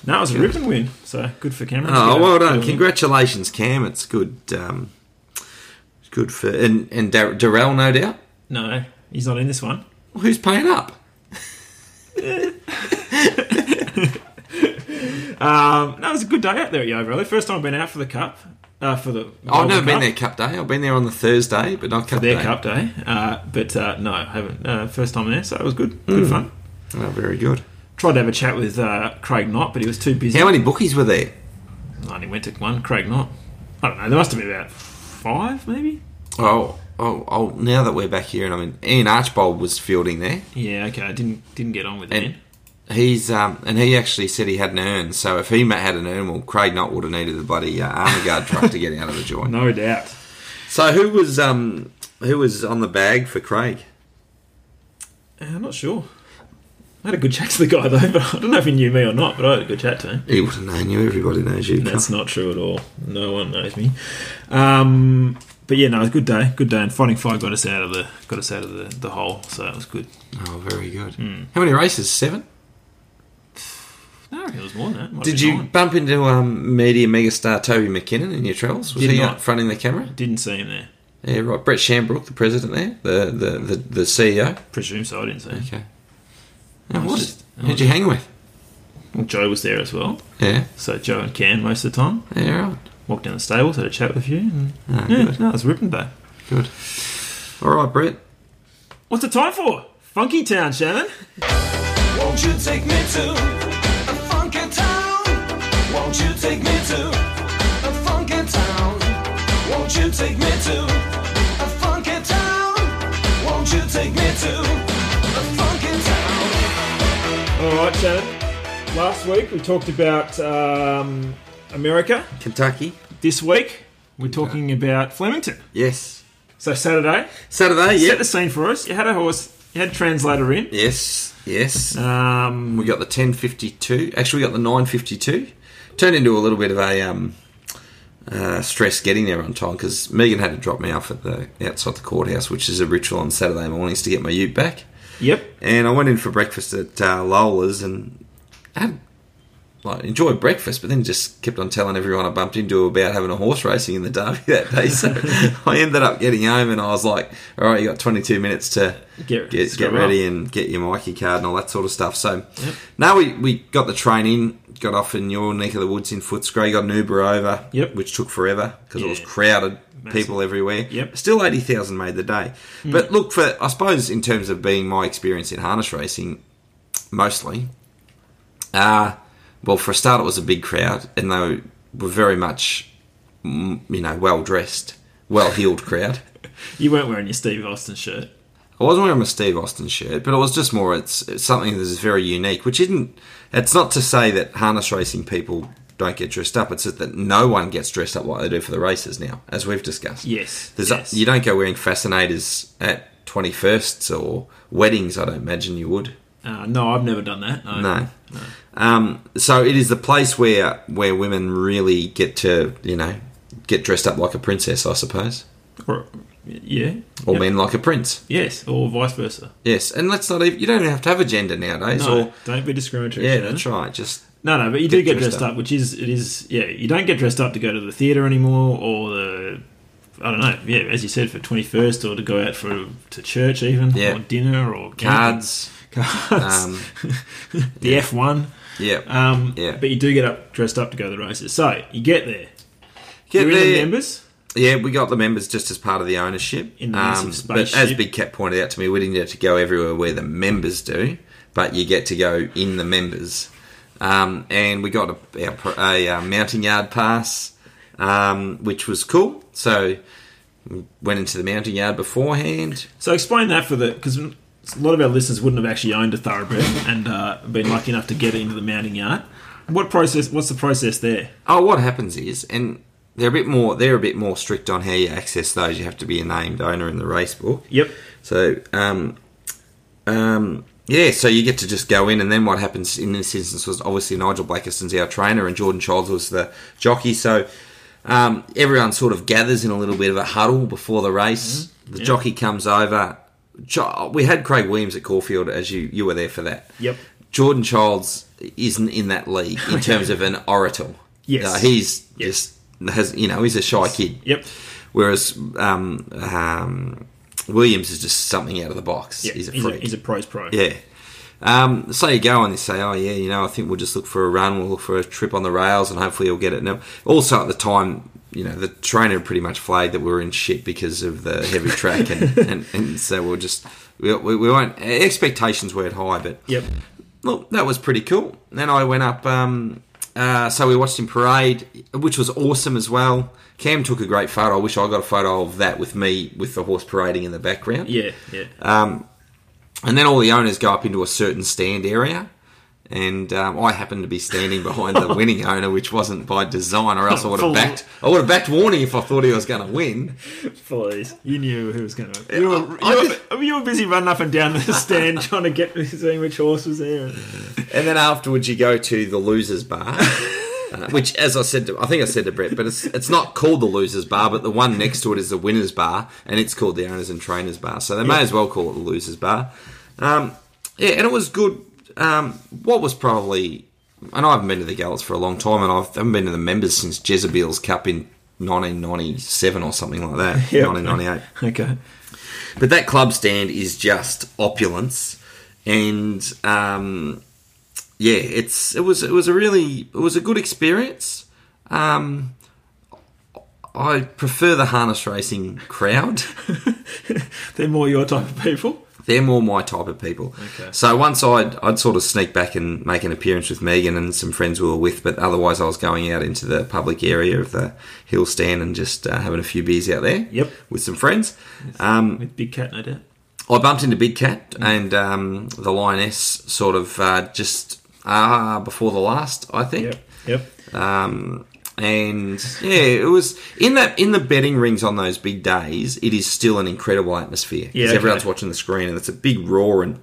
Speaker 1: No, it was a ripping win. So good for Cameron.
Speaker 2: Oh,
Speaker 1: Yeah,
Speaker 2: well
Speaker 1: good
Speaker 2: done!
Speaker 1: win.
Speaker 2: Congratulations, Cam. It's good. Um, it's good for and and Dar- Darrell, no doubt.
Speaker 1: No, he's not in this one.
Speaker 2: Who's paying up?
Speaker 1: Um, no, it was a good day out there at Yeovil. First time I've been out for the cup. Uh, for the
Speaker 2: I've never
Speaker 1: Melbourne
Speaker 2: been
Speaker 1: Cup.
Speaker 2: there Cup Day. I've been there on the Thursday, but not Cup
Speaker 1: Their
Speaker 2: Day.
Speaker 1: cup day, uh, but uh, no, I haven't. Uh, first time there, so it was good, good fun.
Speaker 2: Oh, very good.
Speaker 1: Tried to have a chat with uh, Craig Knott, but he was too busy.
Speaker 2: How many bookies were there?
Speaker 1: I only went to one, Craig Knott. I don't know. There must have been about five, maybe.
Speaker 2: Oh, oh, oh! Now that we're back here, and I mean, Ian Archbold was fielding there.
Speaker 1: Yeah, okay. I didn't didn't get on with
Speaker 2: And
Speaker 1: it.
Speaker 2: he's um, and he actually said he had an urn. So if he ma- had an urn, well, Craig Knott would have needed the bloody uh, army guard truck to get out of the joint.
Speaker 1: No doubt.
Speaker 2: So who was um, who was on the bag for Craig?
Speaker 1: Uh, I'm not sure. I had a good chat to the guy though, but I don't know if he knew me or not. But I had a good chat to him.
Speaker 2: He would have known you. Everybody knows you.
Speaker 1: That's not true at all. No one knows me. Um, but yeah, no, it was a good day. Good day, and fighting fire got us out of the got us out of the, the hole, so it was good.
Speaker 2: Oh, very good.
Speaker 1: Hmm.
Speaker 2: How many races? Seven.
Speaker 1: No, I reckon it was more than that. Might have
Speaker 2: Did
Speaker 1: been
Speaker 2: you
Speaker 1: nine.
Speaker 2: bump into um, media megastar Toby McKinnon in your travels? Was
Speaker 1: Did
Speaker 2: he
Speaker 1: not.
Speaker 2: up front in the camera?
Speaker 1: Didn't see him there.
Speaker 2: Yeah, right. Brett Shambrook, the president there, the the, the, the E CEO.
Speaker 1: Presume so. I didn't see him.
Speaker 2: Okay. Yeah,
Speaker 1: was
Speaker 2: what
Speaker 1: just-
Speaker 2: is-
Speaker 1: I
Speaker 2: who'd
Speaker 1: was
Speaker 2: you hang with?
Speaker 1: Well, Joe was there as well.
Speaker 2: Yeah.
Speaker 1: So Joe and Cam most of the time
Speaker 2: Yeah, right.
Speaker 1: walked down the stables, had a chat with you. And
Speaker 2: Ah,
Speaker 1: yeah,
Speaker 2: good.
Speaker 1: no, it was a ripping day.
Speaker 2: Good. All right, Brett.
Speaker 1: What's the time for? Funky Town, Shannon.
Speaker 5: Won't you take me to a funky town? Won't you take me to a funky town? Won't you take me to a funky town? Won't you take me to a funky town?
Speaker 1: All right, Shannon. Last week we talked about um, America.
Speaker 2: Kentucky.
Speaker 1: This week we're talking about Flemington.
Speaker 2: Yes.
Speaker 1: So Saturday,
Speaker 2: Saturday.
Speaker 1: set
Speaker 2: Yeah.
Speaker 1: the scene for us. You had a horse. You had a translator in.
Speaker 2: Yes. Yes.
Speaker 1: Um,
Speaker 2: We got the 1052. Actually, we got the 952. Turned into a little bit of a um, uh, stress getting there on time because Megan had to drop me off at the outside the courthouse, which is a ritual on Saturday mornings to get my ute back.
Speaker 1: yep.
Speaker 2: And I went in for breakfast at uh, Lola's and had like enjoyed breakfast, but then just kept on telling everyone I bumped into about having a horse racing in the derby that day. So I ended up getting home and I was like, "All right, you got 22 minutes to
Speaker 1: Get-
Speaker 2: get get,
Speaker 1: scrub
Speaker 2: ready and get your Mikey card and all that sort of stuff." So now we we got the train in, got off in your neck of the woods in Footscray, got an Uber over,
Speaker 1: Yep.
Speaker 2: which took forever because it was
Speaker 1: Yeah.
Speaker 2: crowded,
Speaker 1: Massive.
Speaker 2: people everywhere.
Speaker 1: Yep.
Speaker 2: Still 80,000 made the day. But look, for I suppose in terms of being my experience in harness racing, mostly, uh, well, for a start, it was a big crowd and they were very much, mm, you know, well dressed, well heeled crowd.
Speaker 1: You weren't wearing your Steve Austin shirt.
Speaker 2: I wasn't wearing my Steve Austin shirt, but it was just more it's, it's something that is very unique, which isn't. It's not to say that harness racing people don't get dressed up. It's just that no one gets dressed up like they do for the races now, as we've discussed.
Speaker 1: Yes,
Speaker 2: There's
Speaker 1: yes.
Speaker 2: you don't go wearing fascinators at twenty firsts or weddings. I don't imagine you would.
Speaker 1: Uh, no, I've never done that. No.
Speaker 2: No. Um, so it is the place where where women really get to you know get dressed up like a princess, I suppose,
Speaker 1: Or- yeah.
Speaker 2: or
Speaker 1: Yep.
Speaker 2: men like a prince.
Speaker 1: Yes, or vice versa.
Speaker 2: Yes, and let's not even you don't even have to have a gender nowadays.
Speaker 1: No,
Speaker 2: Or
Speaker 1: don't be discriminatory.
Speaker 2: Yeah,
Speaker 1: Shannon.
Speaker 2: that's right. Just
Speaker 1: No, no, but you do
Speaker 2: Get
Speaker 1: get dressed
Speaker 2: dressed
Speaker 1: up. which is it is yeah. You don't get dressed up to go to the theatre anymore, or the I don't know. Yeah, as you said, for twenty first, or to go out for to church even,
Speaker 2: Yeah.
Speaker 1: or dinner, or
Speaker 2: cards.
Speaker 1: cards,
Speaker 2: Um,
Speaker 1: the F one.
Speaker 2: yeah.
Speaker 1: Um,
Speaker 2: Yeah.
Speaker 1: But you do get up dressed up to go to the races. So you get there.
Speaker 2: Get
Speaker 1: You're in the
Speaker 2: there.
Speaker 1: members.
Speaker 2: Yeah, we got the members just as part of the ownership. Um,
Speaker 1: In the massive
Speaker 2: but as
Speaker 1: spaceship.
Speaker 2: Big Cat pointed out to me, we didn't get to go everywhere where the members do, but you get to go in the members. Um, and we got a, a, a, uh mounting yard pass, um, which was cool. So we went into the mounting yard beforehand.
Speaker 1: So explain that for the because a lot of our listeners wouldn't have actually owned a thoroughbred and uh, been lucky enough to get it into the mounting yard. What process? What's the process there?
Speaker 2: Oh, what happens is, and they're a bit more they're a bit more strict on how you access those. You have to be a named owner in the race book.
Speaker 1: Yep.
Speaker 2: So um, Um, yeah, so you get to just go in, and then what happens in this instance was obviously Nigel Blackiston's our trainer, and Jordan Childs was the jockey. So um, everyone sort of gathers in a little bit of a huddle before the race.
Speaker 1: Mm-hmm.
Speaker 2: The jockey comes over. Jo- We had Craig Williams at Caulfield, as you you were there for that.
Speaker 1: Yep.
Speaker 2: Jordan Childs isn't in that league in terms of an oracle.
Speaker 1: Yes.
Speaker 2: Uh, he's
Speaker 1: Yes.
Speaker 2: just has you know he's a shy kid.
Speaker 1: Yep.
Speaker 2: Whereas um, um, Williams is just something out of the box.
Speaker 1: Yeah,
Speaker 2: he's a freak.
Speaker 1: He's a, pros pro.
Speaker 2: Yeah. Um, so you go and you say, oh yeah, you know, I think we'll just look for a run, we'll look for a trip on the rails, and hopefully you'll get it. Now, also at the time, you know, the trainer pretty much flagged that we were in shit because of the heavy track, and, and, and so we'll just we, we, we weren't expectations weren't high, but
Speaker 1: Yep.
Speaker 2: look, that was pretty cool. Then I went up. Um, uh, so we watched him parade, which was awesome as well. Cam took a great photo. I wish I got a photo of that with me with the horse parading in the background.
Speaker 1: Yeah. Yeah.
Speaker 2: And then all the owners go up into a certain stand area. And um, I happened to be standing behind the winning owner, which wasn't by design, or else I would have backed. I would have backed Warning if I thought he was going to win.
Speaker 1: Please, you knew who was going to. You were, you,
Speaker 2: I- I
Speaker 1: were,
Speaker 2: just-
Speaker 1: you were busy running up and down the stand trying to get seeing which horse was there.
Speaker 2: And then afterwards, you go to the losers bar, uh, which, as I said, to, I think I said to Brett, but it's it's not called the losers bar, but the one next to it is the winners bar, and it's called the owners and trainers bar. So they may as well call it the losers bar. Um, yeah, and it was good. Um, what was probably, and I haven't been to the Gallops for a long time, and I've, I haven't been to the members since Jezebel's Cup in 1997 or something like that,
Speaker 1: Yep.
Speaker 2: 1998.
Speaker 1: Okay.
Speaker 2: But that club stand is just opulence, and um, yeah, it's it was it was a really it was a good experience. Um, I prefer the harness racing crowd.
Speaker 1: They're more your type of people.
Speaker 2: They're more my type of people.
Speaker 1: Okay.
Speaker 2: So once I'd I'd sort of sneak back and make an appearance with Megan and some friends we were with, but otherwise I was going out into the public area of the hill stand and just uh, having a few beers out there.
Speaker 1: Yep.
Speaker 2: With some friends. Um,
Speaker 1: With Big Cat, no doubt.
Speaker 2: I bumped into Big Cat and um, the lioness sort of uh, just ah before the last, I think.
Speaker 1: Yep. Yep.
Speaker 2: Um, and yeah, it was in that in the betting rings on those big days. It is still an incredible atmosphere because
Speaker 1: Yeah, okay.
Speaker 2: everyone's watching the screen and it's a big roar and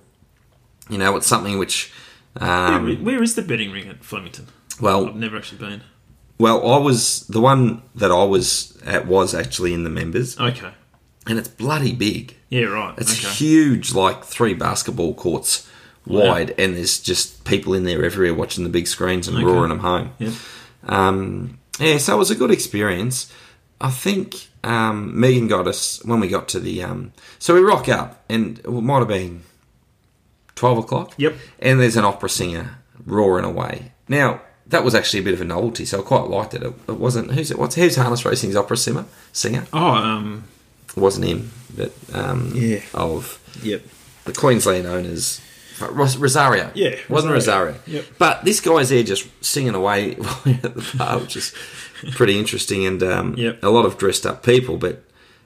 Speaker 2: you know it's something which
Speaker 1: Where-
Speaker 2: um,
Speaker 1: where is the betting ring at Flemington? I've
Speaker 2: well
Speaker 1: never actually been.
Speaker 2: well I was the one that I was at was actually in the members
Speaker 1: Okay.
Speaker 2: and it's bloody big.
Speaker 1: Yeah. Right.
Speaker 2: It's
Speaker 1: okay.
Speaker 2: huge, like three basketball courts wide, and there's just people in there everywhere watching the big screens and
Speaker 1: Okay.
Speaker 2: roaring them home.
Speaker 1: Yeah.
Speaker 2: Um, yeah, so it was a good experience. I think um, Megan got us when we got to the. Um, so we rock up, and it might have been 12 o'clock.
Speaker 1: Yep.
Speaker 2: And there's an opera singer roaring away. Now, that was actually a bit of a novelty, so I quite liked it. It, it wasn't. Who's it? What's who's Harness Racing's opera singer? Singer?
Speaker 1: Oh. Um.
Speaker 2: It wasn't him, but um,
Speaker 1: Yeah.
Speaker 2: of
Speaker 1: Yep.
Speaker 2: the Queensland owners. Ros- Rosario.
Speaker 1: Yeah,
Speaker 2: Wasn't
Speaker 1: Rosario.
Speaker 2: Rosario.
Speaker 1: Yep.
Speaker 2: But this guy's there just singing away at the bar, which is pretty interesting and um,
Speaker 1: Yep.
Speaker 2: a lot of dressed up people. But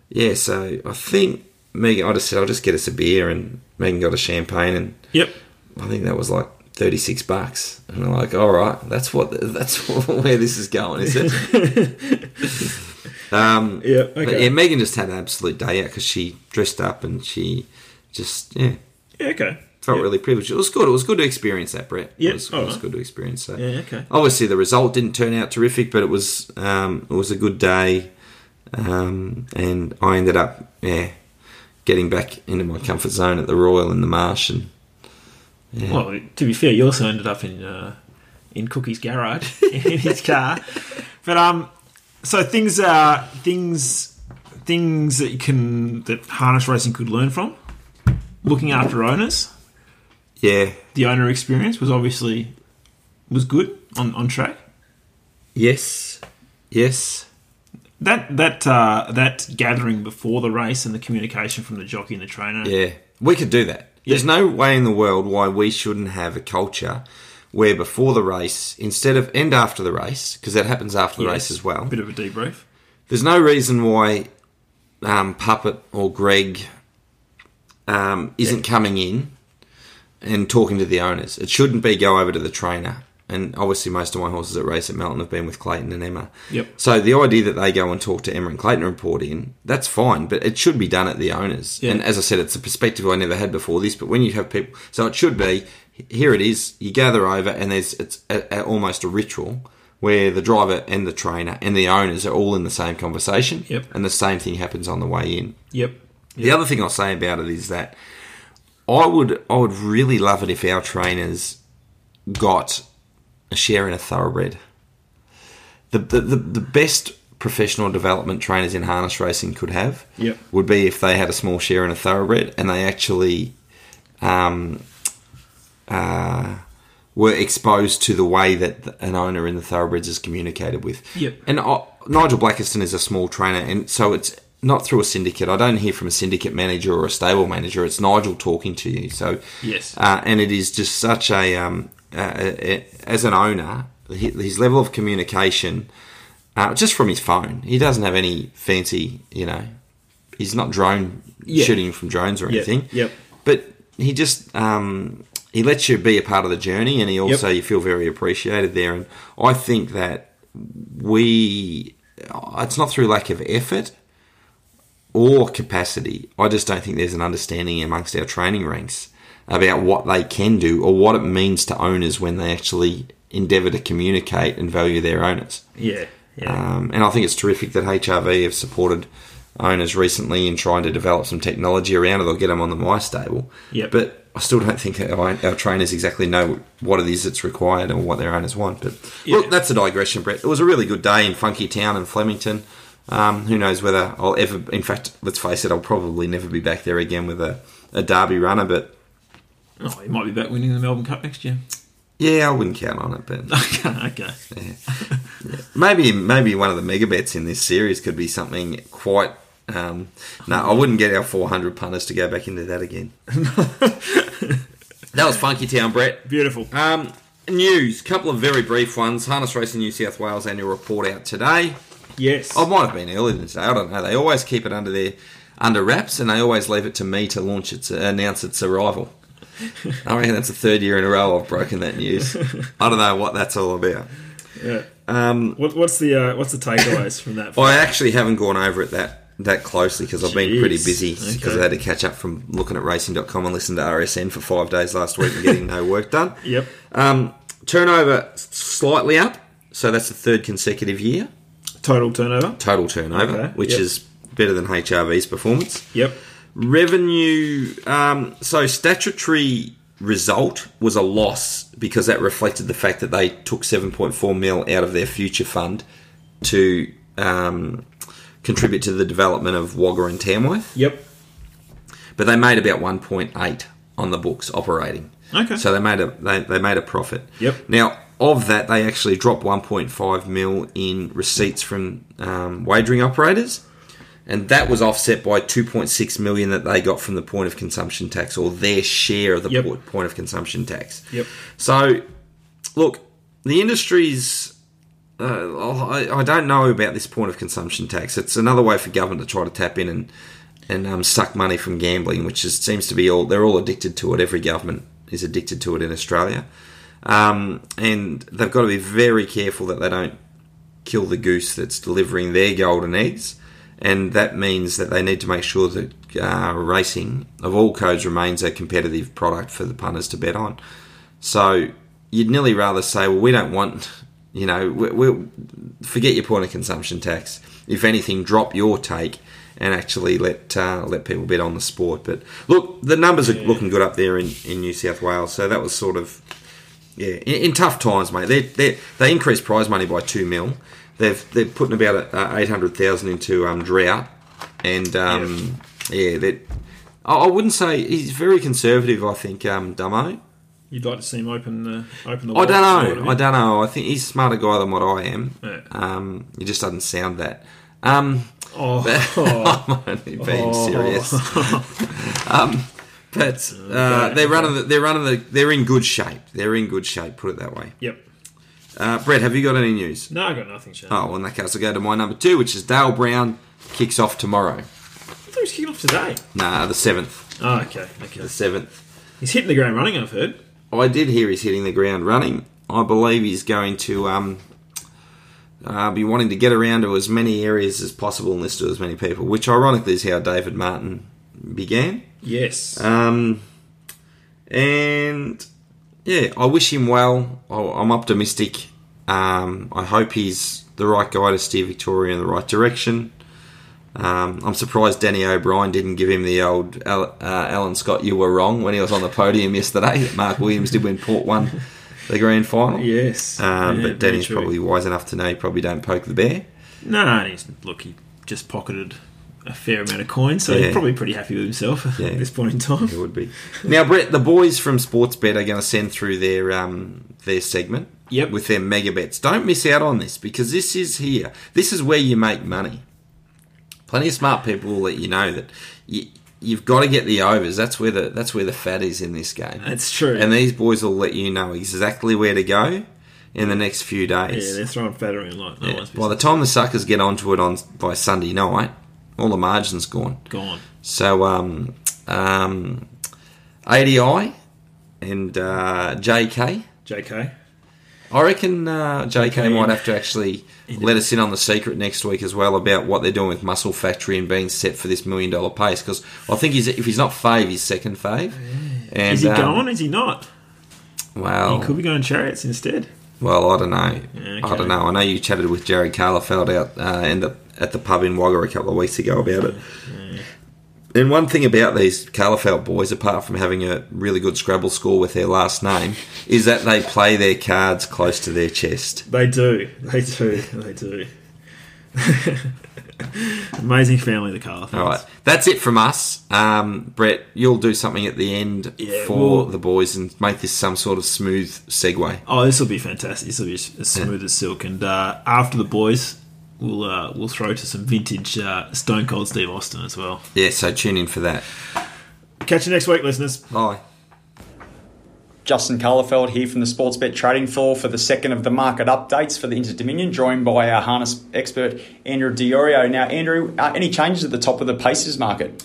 Speaker 2: yeah, so I think Megan, I just said, I'll just get us a beer and Megan got a champagne and
Speaker 1: Yep.
Speaker 2: I think that was like 36 bucks. And I'm like, all right, that's what, that's where this is going, is it? um,
Speaker 1: Yep.
Speaker 2: But
Speaker 1: Okay.
Speaker 2: yeah, Megan just had an absolute day out because she dressed up and she just, yeah
Speaker 1: Yeah, okay.
Speaker 2: felt
Speaker 1: Yep.
Speaker 2: really privileged. It was good. It was good to experience that, Brett.
Speaker 1: Yeah,
Speaker 2: it was, it
Speaker 1: all
Speaker 2: was
Speaker 1: right.
Speaker 2: good to experience that.
Speaker 1: Yeah, okay.
Speaker 2: Obviously, the result didn't turn out terrific, but it was um, it was a good day, um, and I ended up yeah getting back into my comfort zone at the Royal in the Marsh, and
Speaker 1: Well, to be fair, you also ended up in uh, in Cookie's garage in his car. But um, so things uh things things that you can that harness racing could learn from looking after owners.
Speaker 2: yeah,
Speaker 1: The owner experience was obviously was good on on track.
Speaker 2: yes, yes,
Speaker 1: That that uh, that gathering before the race and the communication from the jockey and the trainer.
Speaker 2: yeah, we could do that. There's
Speaker 1: Yeah.
Speaker 2: no way in the world why we shouldn't have a culture where before the race, instead of and after the race, because that happens after the
Speaker 1: Yes,
Speaker 2: race as well.
Speaker 1: A bit of a debrief.
Speaker 2: There's no reason why um, Puppet or Greg um, isn't coming in and talking to the owners. It shouldn't be go over to the trainer and obviously most of my horses that race at Melton have been with Clayton and Emma.
Speaker 1: Yep.
Speaker 2: So the idea that they go and talk to Emma and Clayton and report in, that's fine, but it should be done at the owners.
Speaker 1: Yeah.
Speaker 2: And as I said, it's a perspective I never had before this, but when you have people, so it should be here it is, you gather over and there's it's a, a, almost a ritual where the driver and the trainer and the owners are all in the same conversation
Speaker 1: Yep.
Speaker 2: and the same thing happens on the way in.
Speaker 1: Yep.
Speaker 2: The other thing I'll say about it is that I would I would really love it if our trainers got a share in a thoroughbred. The the, the, the best professional development trainers in harness racing could have
Speaker 1: Yep.
Speaker 2: would be if they had a small share in a thoroughbred and they actually um, uh, were exposed to the way that an owner in the thoroughbreds is communicated with.
Speaker 1: Yep.
Speaker 2: And I, Nigel Blackiston is a small trainer, and so it's not through a syndicate. I don't hear from a syndicate manager or a stable manager. It's Nigel talking to you. So
Speaker 1: Yes.
Speaker 2: uh, and it is just such a um, uh, uh, as an owner, hi- his level of communication uh, just from his phone. He doesn't have any fancy, you know. He's not drone
Speaker 1: Yeah.
Speaker 2: shooting from drones or
Speaker 1: Yep,
Speaker 2: anything.
Speaker 1: yep.
Speaker 2: But he just um, he lets you be a part of the journey, and he also
Speaker 1: Yep.
Speaker 2: you feel very appreciated there. And I think that we uh, it's not through lack of effort or capacity. I just don't think there's an understanding amongst our training ranks about what they can do or what it means to owners when they actually endeavour to communicate and value their owners.
Speaker 1: Yeah. Yeah.
Speaker 2: Um, and I think it's terrific that HRV have supported owners recently in trying to develop some technology around it. They'll get them on the My Stable.
Speaker 1: Yep.
Speaker 2: But I still don't think our, our trainers exactly know what it is that's required or what their owners want. But
Speaker 1: Yeah.
Speaker 2: look, that's a digression, Brett. It was a really good day in Funky Town and Flemington. Um, who knows whether I'll ever, in fact, let's face it, I'll probably never be back there again with a, a Derby runner, but
Speaker 1: oh, he might be back winning the Melbourne Cup next year.
Speaker 2: yeah, I wouldn't count on it. But
Speaker 1: okay. okay.
Speaker 2: Maybe maybe one of the mega bets in this series could be something quite. Um, no, I wouldn't get our 400 punters to go back into that again. that was Funky Town, Brett.
Speaker 1: Beautiful.
Speaker 2: Um, news, couple of very brief ones. Harness Racing New South Wales annual report out today.
Speaker 1: Yes.
Speaker 2: I might have been earlier than today. I don't know. They always keep it under their under wraps, and they always leave it to me to launch its announce its arrival. I reckon that's the third year in a row I've broken that news. I don't know what that's all about.
Speaker 1: yeah.
Speaker 2: Um,
Speaker 1: What, what's the uh, what's the takeaways from that?
Speaker 2: I actually haven't gone over it that that closely because I've been
Speaker 1: Jeez.
Speaker 2: pretty busy because
Speaker 1: Okay.
Speaker 2: I had to catch up from looking at racing.com and listen to RSN for five days last week and getting no work done.
Speaker 1: Yep.
Speaker 2: Um, turnover s- slightly up, so that's the third consecutive year
Speaker 1: Total turnover.
Speaker 2: total turnover,
Speaker 1: Okay,
Speaker 2: which
Speaker 1: yep.
Speaker 2: is better than HRV's performance.
Speaker 1: Yep.
Speaker 2: Revenue, um, so statutory result was a loss because that reflected the fact that they took 7.4 mil out of their future fund to um, contribute to the development of Wagga and Tamworth,
Speaker 1: Yep.
Speaker 2: but they made about 1.8 on the books operating.
Speaker 1: Okay.
Speaker 2: So they made a they, they made a profit.
Speaker 1: Yep.
Speaker 2: Now of that, they actually dropped 1.5 mil in receipts from um, wagering operators, and that was offset by 2.6 million that they got from the point of consumption tax or their share of the
Speaker 1: Yep.
Speaker 2: po- point of consumption tax.
Speaker 1: Yep.
Speaker 2: So, look, the industry's. Uh, I, I don't know about this point of consumption tax. It's another way for government to try to tap in and and um, suck money from gambling, which is, seems to be all they're all addicted to it. Every government is addicted to it in Australia, um, and they've got to be very careful that they don't kill the goose that's delivering their golden eggs. And that means that they need to make sure that uh, racing of all codes remains a competitive product for the punters to bet on. So you'd nearly rather say, well, we don't want, you know, we, we, forget your point of consumption tax. If anything, drop your take and actually let uh, let people bet on the sport. But look, the numbers are looking good up there in, in New South Wales. So that was sort of yeah, in, in tough times, mate. They they they increased prize money by two mil. They've they're putting about uh, eight hundred thousand into um, drought, and um, yeah, that I I wouldn't say he's very conservative. I think um, Dumbo.
Speaker 1: You'd like to see him open the open the.
Speaker 2: I
Speaker 1: wallet,
Speaker 2: don't
Speaker 1: sort
Speaker 2: know.
Speaker 1: of.
Speaker 2: I don't know. I think he's a smarter guy than what I am.
Speaker 1: Yeah.
Speaker 2: Um, he just doesn't sound that. Um,
Speaker 1: Oh,
Speaker 2: I'm only being
Speaker 1: Oh.
Speaker 2: serious. um, but uh, they're running. The, they're running. The, they're in good shape. They're in good shape. Put it that way.
Speaker 1: yep.
Speaker 2: Uh, Brett, have you got any news?
Speaker 1: No, I got nothing, Shane.
Speaker 2: Oh, well, in that case, I'll go to my number two, which is Dale Brown kicks off tomorrow.
Speaker 1: I thought he was kicking off today.
Speaker 2: Nah, the 7th.
Speaker 1: Oh, okay. Okay.
Speaker 2: The 7th.
Speaker 1: He's hitting the ground running. I've heard.
Speaker 2: Oh, I did hear he's hitting the ground running. I believe he's going to um, uh, be wanting to get around to as many areas as possible and listen to as many people, which ironically is how David Martin began.
Speaker 1: Yes.
Speaker 2: Um, and yeah, I wish him well. I- I'm optimistic. Um, I hope he's the right guy to steer Victoria in the right direction. Um, I'm surprised Danny O'Brien didn't give him the old "Al- uh, Alan Scott, you were wrong when he was on the podium yesterday. that Mark Williams did win Port one, the grand final.
Speaker 1: yes.
Speaker 2: Um,
Speaker 1: Yeah,
Speaker 2: but
Speaker 1: very
Speaker 2: Danny's
Speaker 1: true.
Speaker 2: probably wise enough to know you probably don't poke the bear.
Speaker 1: No, no, he's, look, he just pocketed a fair amount of coins, so
Speaker 2: Yeah.
Speaker 1: he's probably pretty happy with himself
Speaker 2: Yeah.
Speaker 1: at this point in time.
Speaker 2: It would be. Now, Brett, the boys from Sportsbet are going to send through their um, their segment
Speaker 1: Yep.
Speaker 2: with their mega bets. Don't miss out on this because this is here. This is where you make money. Plenty of smart people will let you know that you, you've got to get the overs. That's where the that's where the fat is in this game.
Speaker 1: That's true.
Speaker 2: And these boys will let you know exactly where to go in the next few
Speaker 1: yeah,
Speaker 2: days.
Speaker 1: they're throwing fat around like no
Speaker 2: Yeah.
Speaker 1: one's
Speaker 2: By the time the suckers get onto it on by Sunday night, all the margins gone.
Speaker 1: gone.
Speaker 2: So, um, um, ADI and uh, JK.
Speaker 1: JK.
Speaker 2: I reckon uh, JK
Speaker 1: Okay.
Speaker 2: might have to actually let us in on the secret next week as well about what they're doing with Muscle Factory and being set for this million dollar pace because I think he's if he's not fave, he's second fave. And,
Speaker 1: Is he
Speaker 2: um, oh.
Speaker 1: gone? Is he not?
Speaker 2: Well,
Speaker 1: He could be going chariots instead.
Speaker 2: well, I don't know.
Speaker 1: Yeah,
Speaker 2: I
Speaker 1: okay.
Speaker 2: don't know. I know you chatted with Jared Carlefeld out uh, in the, at the pub in Wagga a couple of weeks ago about it. And one thing about these Carlefeld boys, apart from having a really good Scrabble score with their last name, is that they play their cards close to their chest.
Speaker 1: They do. They do. They do. Amazing family, the Carla.
Speaker 2: All right, that's it from us. Um, Brett, you'll do something at the end
Speaker 1: Yeah,
Speaker 2: for
Speaker 1: we'll-
Speaker 2: the boys and make this some sort of smooth segue.
Speaker 1: Oh, this will be fantastic. This will be as as smooth as silk. And uh, after the boys, we'll uh, we'll throw to some vintage uh, Stone Cold Steve Austin as well.
Speaker 2: Yeah, so tune in for that.
Speaker 1: Catch you next week, listeners.
Speaker 2: Bye.
Speaker 6: Justin Cullerfeld here from the Sportsbet Trading Floor for the second of the market updates for the Inter Dominion, joined by our harness expert Andrew Diorio. Now, Andrew, uh, any changes at the top of the Pacers market?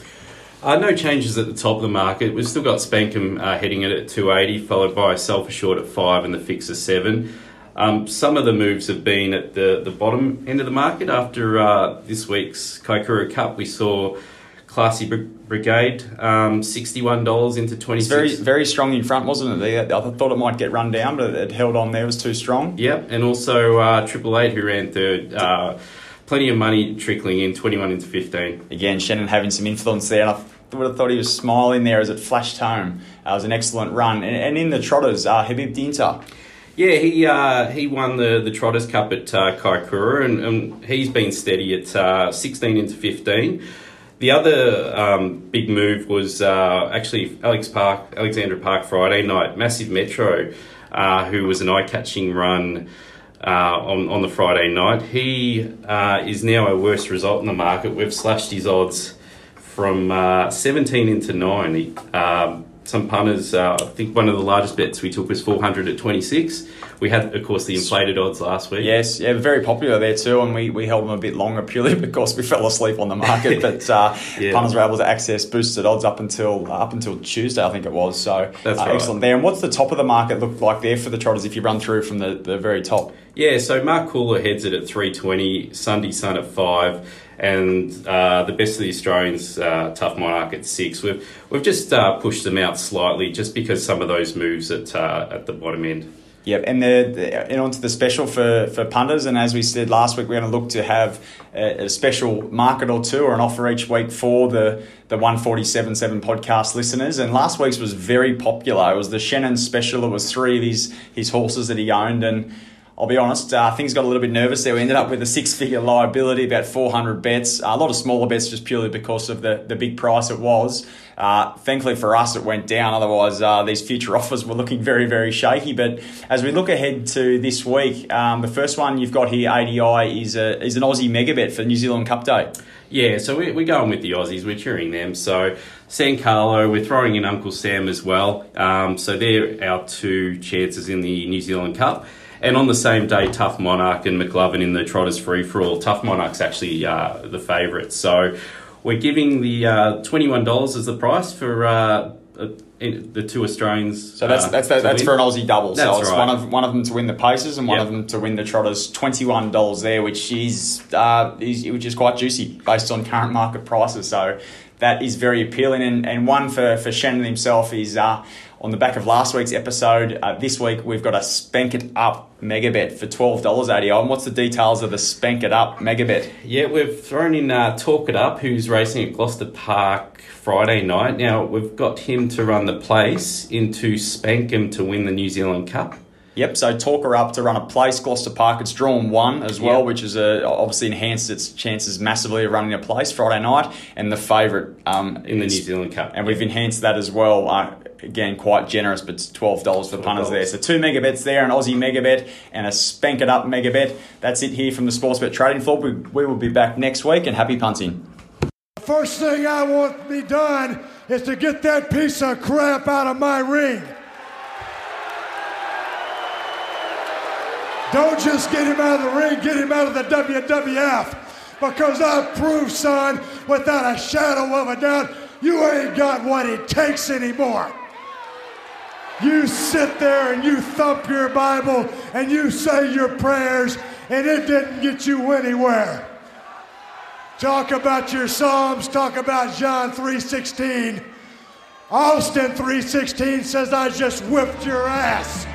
Speaker 7: Uh, no changes at the top of the market. We've still got Spankham uh, heading it at 280, followed by Self Assured at 5 and the Fixer 7. Um, some of the moves have been at the, the bottom end of the market. After uh, this week's Kaikoura Cup, we saw Classy Bri- Brigade um, $61 into 26
Speaker 6: It's very, very strong in front, wasn't it? The- I thought it might get run down, but it held on there. It was too strong.
Speaker 7: Yep, and also uh, Triple Eight, who ran third. Uh, plenty of money trickling in, 21 into 15.
Speaker 6: Again, Shannon having some influence there, and I th- would have thought he was smiling there as it flashed home. Uh, it was an excellent run. And, and in the trotters, uh, Habib Dinter.
Speaker 7: Yeah, he uh, he won the, the Trotters Cup at uh, Kaikoura, and, and he's been steady at uh, 16 into 15. The other um, big move was uh, actually Alex Park, Alexandra Park Friday night, massive Metro, uh, who was an eye catching run uh, on on the Friday night. He uh, is now our worst result in the market. We've slashed his odds from uh, 17 into 9. He, um, some punters, uh, I think one of the largest bets we took was 400 at 26. We had, of course, the inflated odds last week.
Speaker 6: Yes, yeah, very popular there too, and we, we held them a bit longer purely because we fell asleep on the market. But uh,
Speaker 7: Yeah.
Speaker 6: punters were able to access boosted odds up until uh, up until Tuesday, I think it was. So
Speaker 7: That's
Speaker 6: uh,
Speaker 7: right.
Speaker 6: excellent there. And what's the top of the market look like there for the trotters if you run through from the, the very top?
Speaker 7: Yeah, so Mark Cooler heads it at 320, Sunday Sun at 5, and uh, the best of the Australians, uh, Tough Monarch at 6. We've, we've just uh, pushed them out slightly just because some of those moves at, uh, at the bottom end.
Speaker 6: Yep, and the, the and onto the special for for punters. And as we said last week, we're going to look to have a, a special market or two or an offer each week for the the one forty seven seven podcast listeners. And last week's was very popular. It was the Shannon special. It was three of his his horses that he owned and. I'll be honest, uh, things got a little bit nervous there. We ended up with a six figure liability, about 400 bets, a lot of smaller bets just purely because of the, the big price it was. Uh, thankfully for us, it went down. Otherwise, uh, these future offers were looking very, very shaky. But as we look ahead to this week, um, the first one you've got here, ADI, is, a, is an Aussie mega bet for New Zealand Cup Day.
Speaker 7: Yeah, so we, we're going with the Aussies. We're cheering them. So San Carlo, we're throwing in Uncle Sam as well. Um, so they're our two chances in the New Zealand Cup. And on the same day, Tough Monarch and McLovin in the Trotters free for all. Tough Monarch's actually uh, the favourite. So we're giving the uh, $21 as the price for uh, uh, in- the two Australians.
Speaker 6: So that's
Speaker 7: uh,
Speaker 6: that's that's,
Speaker 7: to
Speaker 6: that's
Speaker 7: win.
Speaker 6: for an Aussie double.
Speaker 7: That's
Speaker 6: so it's
Speaker 7: right.
Speaker 6: one of one of them to win the paces and one
Speaker 7: Yep.
Speaker 6: of them to win the Trotters. Twenty one dollars there, which is uh, is which is quite juicy based on current market prices. So that is very appealing and, and one for for Shannon himself is uh, on the back of last week's episode. Uh, this week we've got a spank it up mega bet for twelve dollars eighty. And what's the details of the spank it up mega bet?
Speaker 7: Yeah, we've thrown in uh, Talk It Up, who's racing at Gloucester Park Friday night. Now, we've got him to run the place into Spankham to win the New Zealand Cup.
Speaker 6: Yep, so Talker up to run a place, Gloucester Park. It's drawn one as well,
Speaker 7: Yep.
Speaker 6: which is uh obviously enhanced its chances massively of running a place Friday night. And the favourite um,
Speaker 7: In the
Speaker 6: is-
Speaker 7: New Zealand Cup.
Speaker 6: And we've enhanced that as well. Uh, again, quite generous, but it's $12 for punters there. So two mega bets there, an Aussie mega bet, and a spank it up mega bet. That's it here from the Sportsbet Trading Floor. We, we will be back next week, and happy punting.
Speaker 8: First thing I want to be done is to get that piece of crap out of my ring. Don't just get him out of the ring, get him out of the WWF. Because I prove, son, without a shadow of a doubt, you ain't got what it takes anymore. You sit there and you thump your Bible and you say your prayers, and it didn't get you anywhere. Talk about your Psalms, talk about John 3:16. Austin 3:16 says I just whipped your ass.